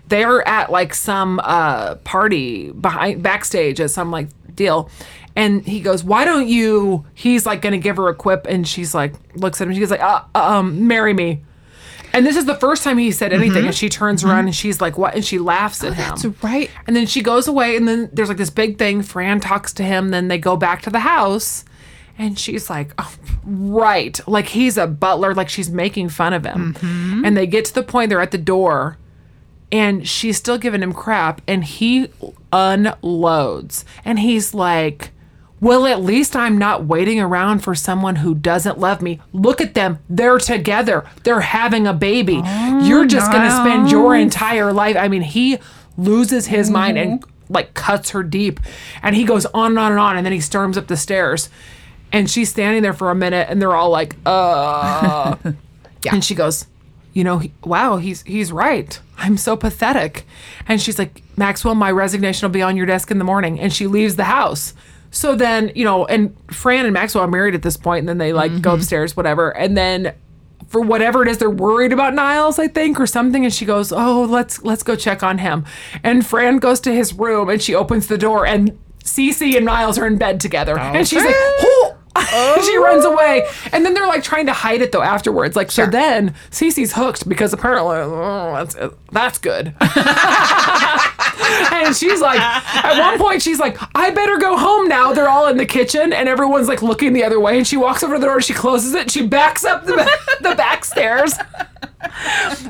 They're at like some uh party behind backstage at some like deal. And he goes, "Why don't you?" He's like going to give her a quip, and she's like, looks at him. She goes like, uh, "Um, marry me." And this is the first time he said anything. And she turns around and she's like, "What?" And she laughs at him.
That's right.
And then she goes away, and then there's like this big thing. Fran talks to him, then they go back to the house, and she's like, oh, right. Like he's a butler, like she's making fun of him. And they get to the point, they're at the door, and she's still giving him crap, and he unloads. And he's like, well, at least I'm not waiting around for someone who doesn't love me. Look at them. They're together. They're having a baby. You're just going to spend your entire life. I mean, he loses his mind and like cuts her deep. And he goes on and on and on. And then he storms up the stairs. And she's standing there for a minute and they're all like, uh. And she goes, you know, he, wow, he's he's right. I'm so pathetic. And she's like, Maxwell, my resignation will be on your desk in the morning. And she leaves the house. So then, you know, and Fran and Maxwell are married at this point, and then they like go upstairs, whatever. And then for whatever it is they're worried about Niles, I think, or something. And she goes, Oh, let's let's go check on him. And Fran goes to his room and she opens the door and Cece and Niles are in bed together. and she's like, Oh, [LAUGHS] she runs away. And then they're like trying to hide it though afterwards. Like, so then Cece's hooked because apparently, oh, that's, that's good. [LAUGHS] and she's like, at one point, she's like, I better go home now. They're all in the kitchen and everyone's like looking the other way. And she walks over to the door, she closes it, she backs up the, ba- the back stairs.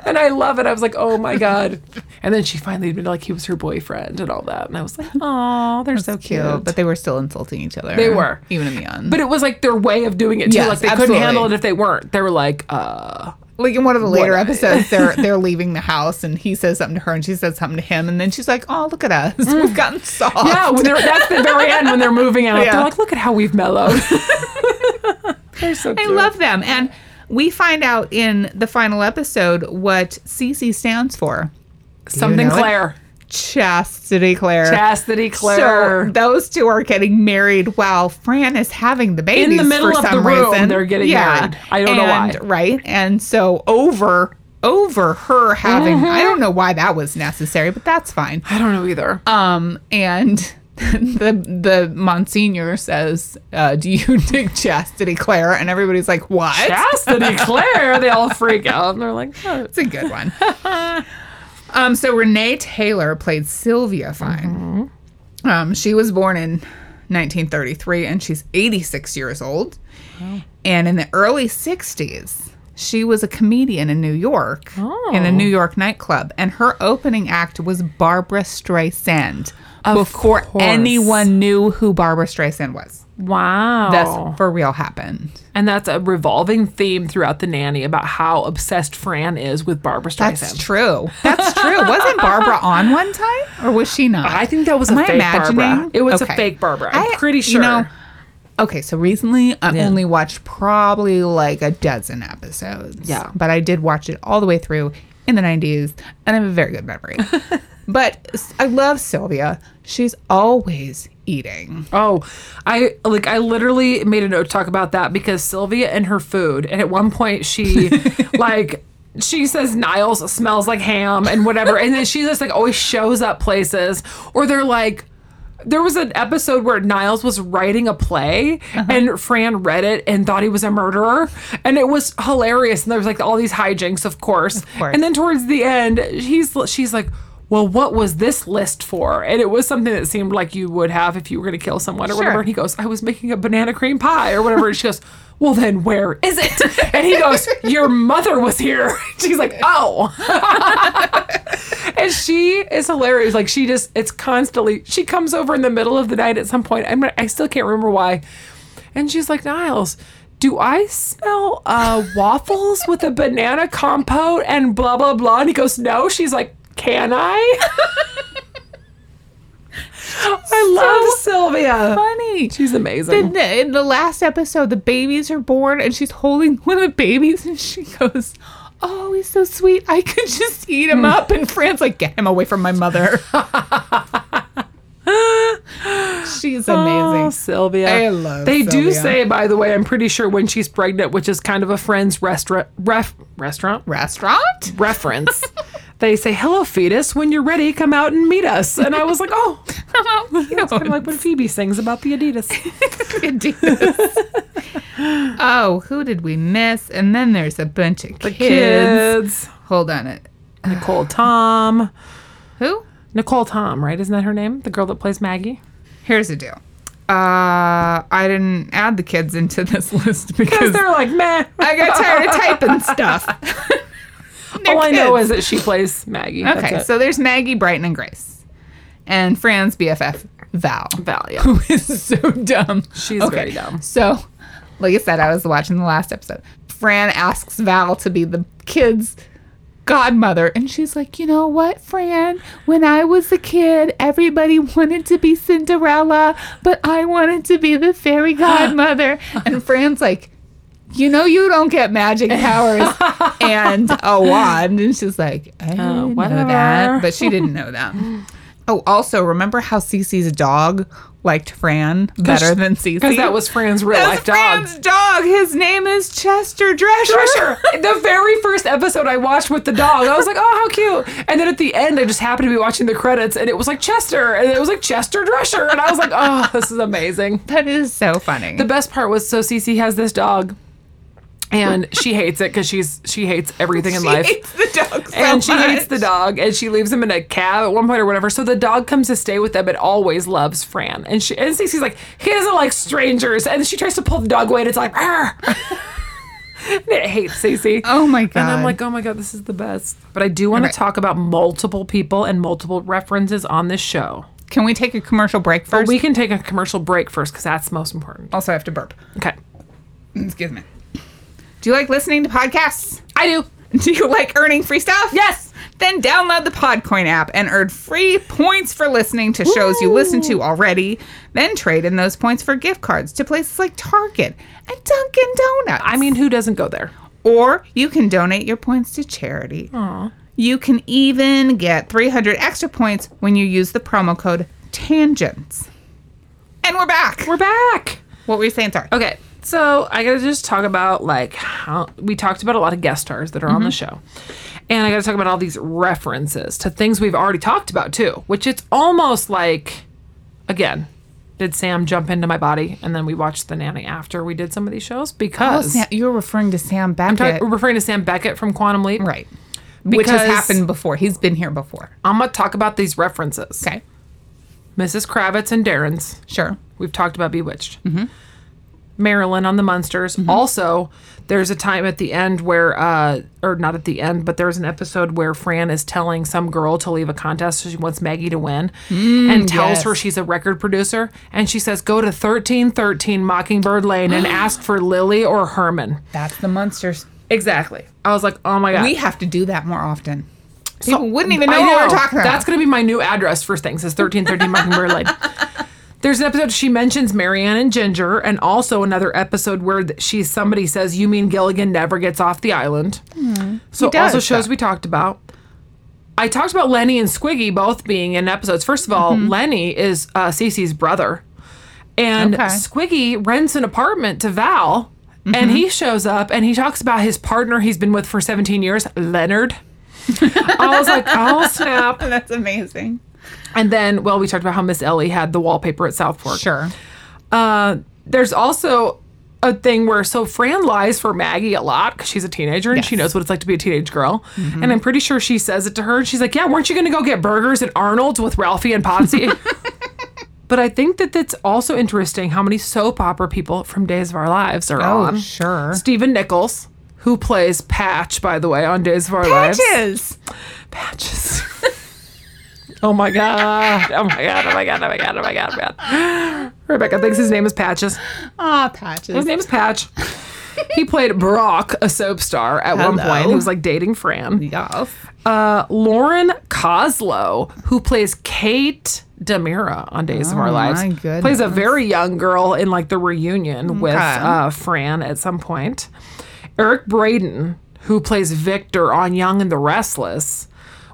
And I love it. I was like, oh my God. And then she finally admitted like he was her boyfriend and all that. And I was like, oh, they're so cute.
but they were still insulting each other.
They were.
even in the end.
But it was like their way of doing it too.
Yes,
like they
absolutely.
couldn't handle it if they weren't. They were like, uh,
like in one of the later episodes, [LAUGHS] they're they're leaving the house, and he says something to her, and she says something to him, and then she's like, "Oh, look at us, [LAUGHS] we've gotten soft."
yeah, when they're, that's the very end when they're moving out.
Yeah.
They're like, look at how we've mellowed. they're so
I
cute.
love them, and we find out in the final episode what CC stands for:
something
You know it?
Claire.
chastity, Claire.
Chastity Claire.
So those two are getting married while Fran is having the babies.
middle
for
of the
some
room,
reason.
they're getting married. I don't know why.
And- Right, and so over over her having. I don't know why that was necessary, but that's fine.
I don't know either.
Um, and [LAUGHS] the the Monsignor says, uh, "Do you dig chastity, Claire?" And everybody's like, "What?"
Chastity Claire. They all freak out and they're like, oh.
It's a good one. [LAUGHS] um, so Renee Taylor played Sylvia Fine.
Mm-hmm.
Um, she was born in 1933 and she's 86 years old. And in the early 60s, she was a comedian in New York
Oh.
in a New York nightclub. And her opening act was Barbara Streisand. before
course.
anyone knew who Barbara Streisand was.
Wow.
That's for real happened.
and that's a revolving theme throughout The Nanny about how obsessed Fran is with Barbara Streisand.
That's true. That's true. Wasn't Barbara on one time, or was she not?
I think that was
Am
a
I
fake
imagining?
Barbara. It was a
Okay.
fake Barbara. I'm
I-
pretty
you
sure.
know, okay, so recently I
Yeah.
only watched probably like a dozen episodes.
Yeah.
but I did watch it all the way through in the '90s, and I have a very good
[LAUGHS]
memory. but s- I love Sylvia. She's always
[LAUGHS]
eating.
Oh, I like I literally made a note to talk about that because Sylvia and her food, and at one point she like she says Niles smells like ham and whatever, and then she just like always shows up places, or they're like. There was an episode where Niles was writing a play and Fran read it and thought he was a murderer. And it was hilarious. And there was like all these hijinks, of course.
course.
And then towards the end, he's she's like, "Well, what was this list for?" And it was something that seemed like you would have if you were going to kill someone or whatever.
Sure.
And he goes, "I was making a banana cream pie or whatever." and she goes, "Well, then where is it?" And he goes, "Your mother was here." [LAUGHS] She's like, [LAUGHS] "Oh." and she is hilarious. Like she just, it's constantly. She comes over in the middle of the night at some point. I'm, I still can't remember why. And she's like, Niles, do I smell uh, waffles with a banana compote and blah blah blah? And he goes, No. She's like, Can [LAUGHS] I? I love Sylvia.
Funny.
She's
in
amazing.
the, in the last episode, the babies are born and she's holding [LAUGHS] one of the babies and she goes, Oh, he's so sweet. I could just eat
Hmm.
him up. And Fran's like, Get him away from my
[LAUGHS]
mother. she's
Oh,
amazing.
Sylvia.
I love
They
Sylvia.
do say, by the way, I'm pretty sure when she's pregnant, which is kind of a friend's restaurant ref restaurant
Restaurant? [LAUGHS]
reference. they say, Hello, fetus. When you're ready, come out and meet us. And I was like, Oh, it's kind of like when Phoebe sings about the Adidas.
Adidas. oh, who did we miss? And then there's a bunch of kids.
Kids.
Hold on it.
Nicole Tom.
Who?
Nicole Tom, right? Isn't that her name? The girl that plays Maggie?
Here's the deal. Uh, I didn't add the kids into this [LAUGHS] list
Because
because
they're like, meh.
I got tired of [LAUGHS] typing stuff. They're
All I know
kids.
is that she plays Maggie. That's
okay.
it.
So there's Maggie, Brighton, and Grace, and Fran's BFF Val,
Val, yeah.
who is so dumb.
She's very dumb.
So, like I said, I was watching the last episode. Fran asks Val to be the kids. Godmother, and she's like, You know what, Fran? When I was a kid, everybody wanted to be Cinderella, but I wanted to be the fairy
[GASPS]
godmother. and Fran's like, you know you don't get magic
[LAUGHS]
powers and a wand. And she's like, I didn't know
Uh, whatever.
that. But she didn't know that.
[LAUGHS]
Oh, also, remember how Cece's dog liked Fran better than Cece?
Because that was Fran's real
That's
life dog.
Fran's dog. His name is Chester Drescher.
Drescher. [LAUGHS] the very first episode I watched with the dog, I was like, oh, how cute. And then at the end, I just happened to be watching the credits and it was like Chester. And it was like Chester Drescher. And I was like, oh, this is amazing.
That is so funny.
The best part was so Cece has this dog. And she hates it because she's she hates everything
[LAUGHS]
in
she
life.
hates the dog so
and she hates
much.
the dog and she leaves him in a cab at one point or whatever. So the dog comes to stay with them and always loves Fran. And she and Cece's like, he doesn't like strangers. And she tries to pull the dog away and it's like, "Arr." [LAUGHS] And it hates Cece.
Oh my god.
And I'm like, oh my God, this is the best. But I do want
Right.
to talk about multiple people and multiple references on this show.
Can we take a commercial break
But
first?
we can take a commercial break first because that's most important.
also I have to burp.
Okay.
Excuse me. Do you like listening to podcasts? [LAUGHS]
I do.
Do you like earning free stuff?
Yes.
Then download the Podcoin app and earn free points for listening to shows you listen to already. Then trade in those points for gift cards to places like Target and Dunkin' Donuts.
I mean, who doesn't go there?
or you can donate your points to charity. You can even get 300 extra points when you use the promo code TANGENTS. And we're back.
We're back.
What were you saying? Sorry.
Okay, so I gotta just talk about like how we talked about a lot of guest stars that are on the
Mm-hmm.
show, and I gotta talk about all these references to things we've already talked about too, which it's almost like, again, did Sam jump into my body? And then we watched The Nanny after we did some of these shows
Oh,
because
Sam, you're referring to Sam Beckett.
Talk- we're referring to Sam Beckett from Quantum Leap.
Right. Which has
Because-
happened before. He's been here before.
I'm gonna talk about these references.
Okay.
Mrs. Kravitz and Darren's.
Sure.
We've talked about Bewitched. Mm-hmm. Marilyn on the Munsters. Also, there's a time at the end where, uh, or not at the end, but there's an episode where Fran is telling some girl to leave a contest. So she wants Maggie to win and tells her
yes.
she's a record producer. And she says, go to 1313 Mockingbird Lane [GASPS] and ask for Lily or Herman.
That's the monsters.
Exactly. I was like, oh my God.
We have to do that more often. People
So-
wouldn't even
I
know, what we're talking about.
That's going to be my new address for things is 1313
[LAUGHS]
Mockingbird Lane. There's an episode she mentions Marianne and Ginger, and also another episode where th- she somebody says, "You mean Gilligan never gets off the island?" So
Hmm. does
also shows
that.
we talked about. I talked about Lenny and Squiggy both being in episodes. First of all,
Mm-hmm.
Lenny is uh, Cece's brother, and
Okay.
Squiggy rents an apartment to Val, and he shows up and he talks about his partner he's been with for 17 years, Leonard. [LAUGHS] I was like, oh snap!
that's amazing.
And then, well, we talked about how Miss Ellie had the wallpaper at Southport.
Sure.
Uh, there's also a thing where so Fran lies for Maggie a lot because she's a teenager and
Yes.
she
Mm-hmm.
knows what it's like to be a teenage girl. And I'm pretty sure she says it to her. And she's like, "Yeah, weren't you going to go get burgers at Arnold's with Ralphie and Potsy?"
[LAUGHS]
but I think that that's also interesting how many soap opera people from Days of Our Lives are
Oh,
on.
sure.
Stephen Nichols, who plays Patch, by the way, on Days of Our Lives.
Patches. [LAUGHS]
Patches. oh my god! Oh my god! Oh my god! Oh my god! Oh my god! Oh my god! Rebecca thinks his name is Patches.
Ah,
His
patches.
name is Patch. he played Brock, a soap star, at one
Hello.
point. He was like dating Fran.
Yes.
Uh, Lauren Coslow, who plays Kate Demira on Days of Our Lives,
Oh, my
plays a
goodness.
very young girl in like the reunion with
Okay.
uh, Fran at some point. Eric Braden, who plays Victor on Young and the Restless,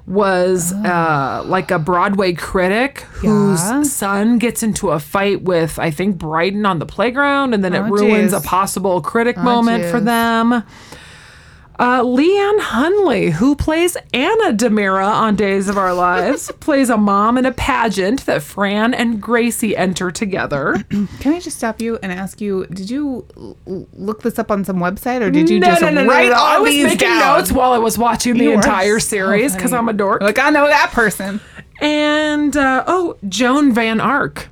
was uh, like a Broadway critic
Yeah.
whose son gets into a fight with, I think, Braden on the playground, and then it
Oh,
ruins
geez.
a possible critic moment for
geez.
them. Uh, Leanne Hunley, who plays Anna Demira on Days of
[LAUGHS]
Our Lives, plays a mom in a pageant that Fran and Gracie enter together.
Can I just stop you and ask you? Did you l- l- look this up on some website, or [CLEARS THROAT] did you just write all
I was
these
making
down?
notes while I was watching the
You are
entire
so
series because
funny.
I'm a dork.
Like I know that person.
and uh, oh, Joan Van Ark,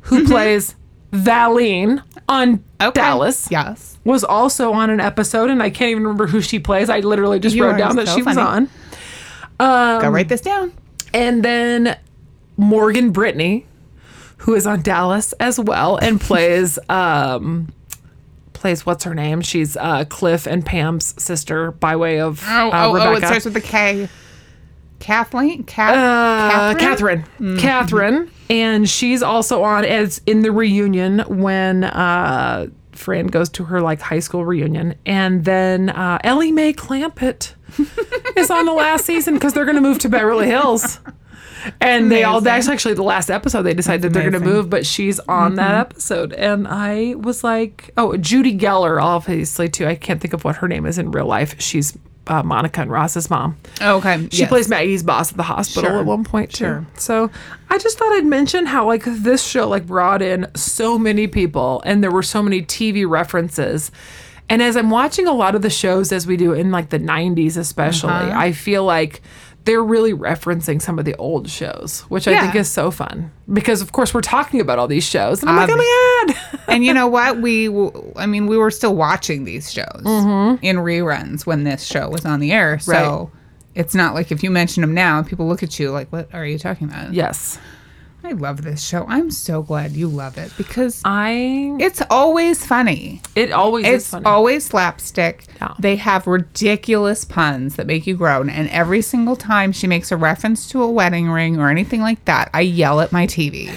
who
Mm-hmm.
plays Valine on Dallas,
Yes.
was also on an episode, and I can't even remember who she plays. I literally just
You
wrote
are
down that
so
she was
funny.
on.
Go write this down.
And then Morgan Brittany, who is on Dallas as well
[LAUGHS]
and plays um plays what's her name? She's uh Cliff and Pam's sister by way of
Oh,
uh,
oh,
Rebecca.
oh! It starts with a K. Kathleen. Cat.
uh,
Catherine.
Catherine. Catherine. And she's also on as in the reunion when uh Fran goes to her like high school reunion. And then uh Ellie Mae Clampett is on the last season because they're gonna move to Beverly Hills. And they all that's actually the last episode they decided that they're gonna
amazing.
move, but she's on that episode. And I was like, Oh, Judy Geller, obviously too. I can't think of what her name is in real life. She's uh, Monica and Ross's mom.
Okay.
She plays Maggie's boss at the hospital
Sure.
at one point too. So I just thought I'd mention how like this show like brought in so many people and there were so many TV references. And as I'm watching a lot of the shows as we do in like the 90s especially,
Uh-huh.
I feel like they're really referencing some of the old shows, which I
Yeah.
think is so fun because of course we're talking about all these shows and I'm like,
Obvi-
oh my god. [LAUGHS]
and you know what? We, w- I mean, we were still watching these shows in reruns when this show was on the air. So
Mm-hmm. Right.
it's not like if you mention them now, people look at you like, "What are you talking about?"
yes.
I love this show. I'm so glad you love it because
I
it's always funny.
it always is
It's
funny.
always slapstick.
Yeah.
They have ridiculous puns that make you groan. And every single time she makes a reference to a wedding ring or anything like that, I yell at my
[LAUGHS]
TV.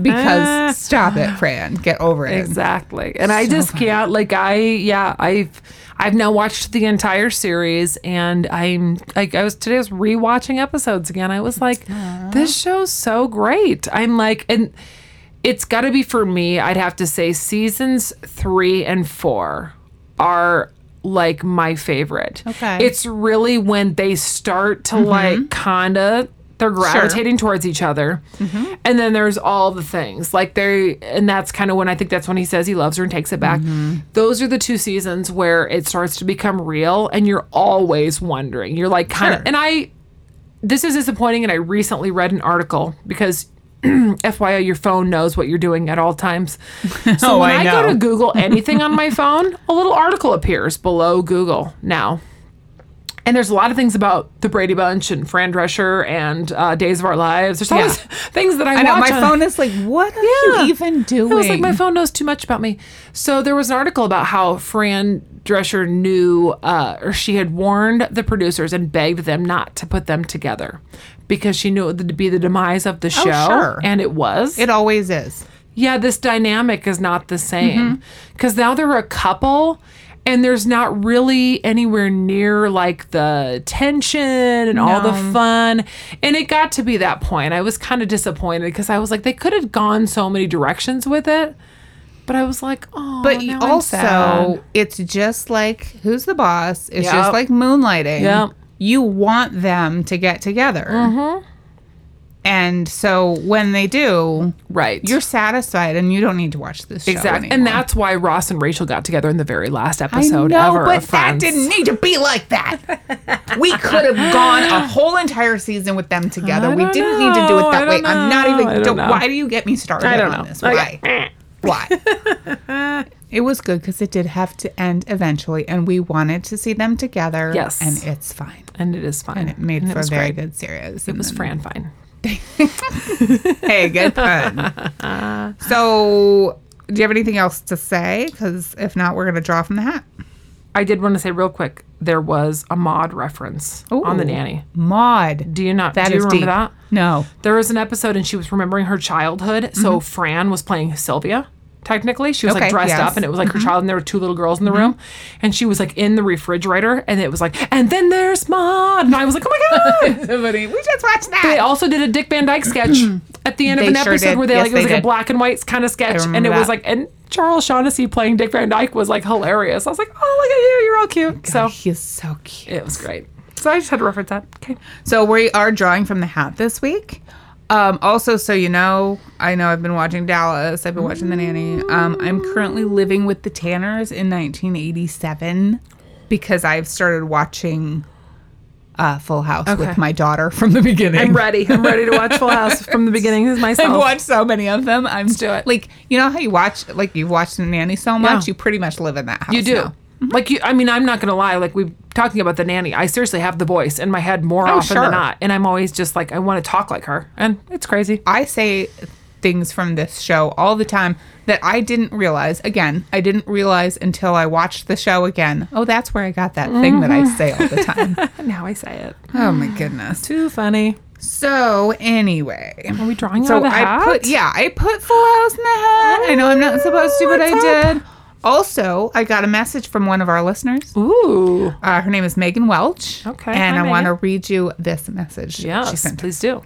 because stop it, Fran. Get over it.
Exactly. And I just can't like I yeah, I've I've now watched the entire series and I'm like I was today I was rewatching episodes again. I was like, this show's so great. I'm like and it's gotta be for me, I'd have to say seasons three and four are like my favorite.
Okay.
It's really when they start to like kinda they're gravitating gravitating towards each other.
Mm-hmm.
And then there's all the things. Like they and that's kind of when I think that's when he says he loves her and takes it back.
Mm-hmm.
Those are the two seasons where it starts to become real and you're always wondering. You're like kind of
Sure.
and I this is disappointing and I recently read an article because [CLEARS THROAT] FYI, your phone knows what you're doing at
[LAUGHS]
all times. So
Oh,
when
I
I, go
know.
to Google anything on
[LAUGHS]
my phone, a little article appears below Google now. And there's a lot of things about the Brady Bunch and Fran Drescher and uh, Days of Our Lives. There's always [LAUGHS] things that I,
I know
watch
my
on-
phone is like, what are
Yeah.
you even doing?
[LAUGHS] it was like my phone knows too much about me. So there was an article about how Fran Drescher knew, uh, or she had warned the producers and begged them not to put them together because she knew it would be the demise of the show,
Oh, sure.
and it was.
it always is.
yeah, this dynamic is not the same
Mm-hmm.
because now they're a couple. And there's not really anywhere near like the tension and all the fun. And it got to be that point. I was kind of disappointed because I was like, they could have gone so many directions with it. But I was like, oh,
But
now I'm sad."
also, it's just like who's the boss? It's
Yep.
just like moonlighting.
Yep.
You want them to get together. Mm-hmm. And so when they do,
right.
you're satisfied and you don't need to watch this show.
exactly. And
anymore.
that's why Ross and Rachel got together in the very last
I
episode
know,
ever.
but
of
that
Friends.
didn't need to be like that. [LAUGHS] we could have gone a whole entire season with them together.
I
we
don't
didn't need to do
know.
it
I
that way.
don't
I'm not
know.
even.
I don't
don't-
know.
why do you get me started
I don't
on
know.
this?
Okay.
Why? why? [LAUGHS] it was good because it did have to end eventually, and we wanted to see them together.
Yes.
and it's fine.
And it is fine.
And it made
And
for a
was
very
great.
good series.
It was Fran fine.
[LAUGHS] hey, good pun. [LAUGHS] so, do you have anything else to say? Because if not, we're going to draw from the hat.
I did want to say real quick, there was a mod reference on the
Ooh.
nanny.
Maud.
Do you not
That
do you
is
remember
deep.
that?
No.
There was an episode and she was remembering her childhood. So Fran was playing Sylvia. Technically, she was like
Mm-hmm. Okay,
dressed
yes. Mm-hmm.
up and it was like her child, and there were two little girls in the room. And she was like in the refrigerator, and it was like, and then there's Maud. And I was like, oh my
[LAUGHS]
God.
Somebody, we just watched that.
They also did a Dick Van Dyke sketch at the end of
They
an
sure
episode
did.
where they
Yes,
like it
they
was like a
did.
black and white kind of sketch, and it
remember
was
that.
like and Charles Shaughnessy playing Dick Van Dyke was like hilarious. I was like, oh look at you, you're all cute. So
He's so cute.
it was great. So I just had to reference that. Okay,
So we are drawing from the hat this week. Um, also, so you know, I know I've been watching Dallas. I've been watching The Nanny. Um, I'm currently living with the Tanners in 1987 because I've started watching uh, Full House with my daughter from the beginning.
I'm ready. I'm ready to watch Full House from the beginning
[LAUGHS]
as
I've
myself.
watched so many of them. I'm
do it.
Like you know how you watch, like you've watched The Nanny so much, you pretty much live in that house.
You do.
now.
Like you, I mean, I'm not gonna lie. Like we talking about the nanny, I seriously have the voice in my head more
Oh,
often
sure.
than not, and I'm always just like I want to talk like her, and it's crazy.
I say things from this show all the time that I didn't realize. Again, I didn't realize until I watched the show again. Oh, that's where I got that thing that
Mm-hmm.
I say all the
[LAUGHS]
time.
Now I say it.
oh my goodness.
Too funny.
So anyway.
Are we drawing out
So
of the
I
hat? Oh,
put yeah, I put Full House in the hat. I know I'm not supposed to, but I
What's
did. Also, I got a message from one of our listeners.
Ooh.
Uh, her name is Megan Welch.
Okay.
And
Hi,
I want to
Megan.
read you this message. she
Yes,
sent
please do.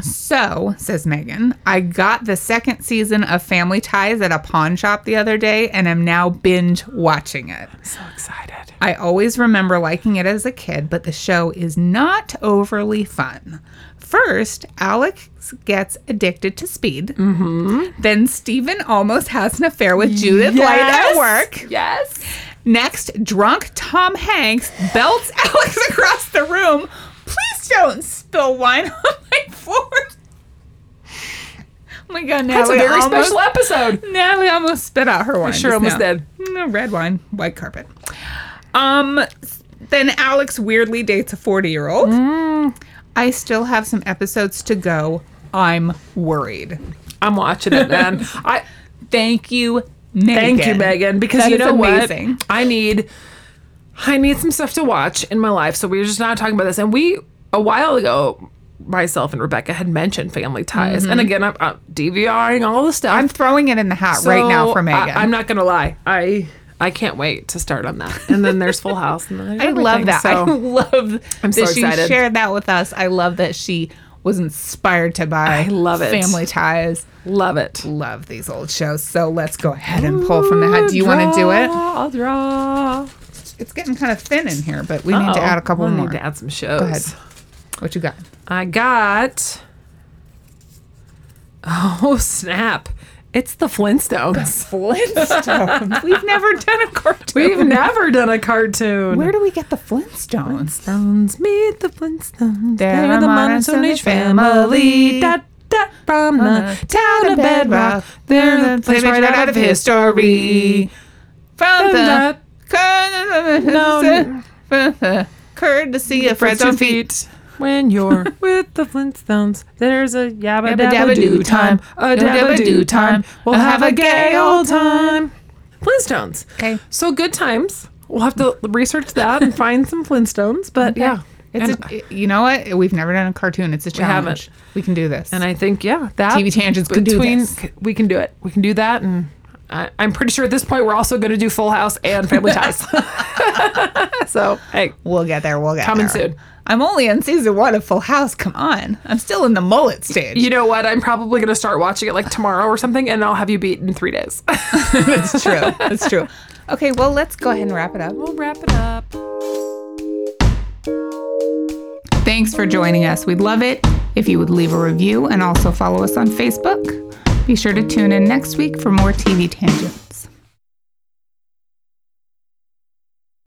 So, says Megan, I got the second season of Family Ties at a pawn shop the other day and am now binge watching it.
So excited.
I always remember liking it as a kid, but the show is not overly fun. First, Alex gets addicted to speed. Mm-hmm. Then, Stephen almost has an affair with Judith
Yes.
Light at work.
Yes.
Next, drunk Tom Hanks belts [LAUGHS] Alex across the room. Please don't spill wine [LAUGHS] on my floor. Oh my god,
That's
Natalie
a very
almost,
special episode.
Natalie almost spit out her wine.
sure
just
almost
now.
did.
No, red wine, white carpet. Um, s- then Alex weirdly dates a forty-year-old.
Mm.
I still have some episodes to go. I'm worried.
I'm watching it, man. [LAUGHS] I
Thank you, Megan.
thank you, Megan, because
That
you
is
know
amazing.
what? I need I need some stuff to watch in my life. So we were just not talking about this, and we a while ago. Myself and Rebecca had mentioned Family Ties, and again, I'm, I'm DVRing all the stuff.
Mm-hmm. I'm throwing it in the hat right now for
So,
Megan.
I, am not gonna lie, I I can't wait to start on that. And then there's Full House, and then there's
[LAUGHS] I love
everything.
that. I
So
love
I'm so
that she
excited.
shared that with us. I love that she was inspired to buy
I love it.
Family Ties.
[LAUGHS] love it.
Love these old shows. So let's go ahead and pull from the hat. Do you want to do it?
I'll draw.
It's getting kind of thin in here, but we need to add a couple
we
more.
Need to add some shows.
ahead. What you got?
I got. Oh [LAUGHS] snap! It's the [LAUGHS] Flintstones.
Flintstones. [LAUGHS] We've never done a cartoon.
We've never done a cartoon.
Where do we get the Flintstones?
Flintstones meet the Flintstones.
They're a monotone family.
Da, that from the town of Bedrock.
They're
They're
the
the place right out of history.
From the
From
no, [LAUGHS] courtesy of Fred's own feet.
[LAUGHS]
When you're
With the Flintstones, there's a yabba
dabba
dabba
doo
doo time, a
dabba
dabba
doo
doo time. We'll have a gay old time. Flintstones.
Okay.
So good times. We'll have to research that and find some Flintstones. But yeah,
It's
And-
a, you know what? We've never done a cartoon. It's a challenge.
haven't.
We can do this.
And I think, yeah, that
TV Tangents could do this.
c- We can do it. We can do that, and I, I'm pretty sure at this point we're also going to do Full House and
[LAUGHS]
Family Ties. [LAUGHS] so hey,
we'll get there. We'll get
Coming
there.
soon.
I'm only on season one of Full House. Come on. I'm still in the mullet stage.
you know what? I'm probably going to start watching it like tomorrow or something, and I'll have you beat in three days.
It's true. It's true. Okay, well, let's go ahead and wrap it up.
we'll wrap it up.
Thanks for joining us. We'd love it if you would leave a review and also follow us on Facebook. Be sure to tune in next week for more TV tangents.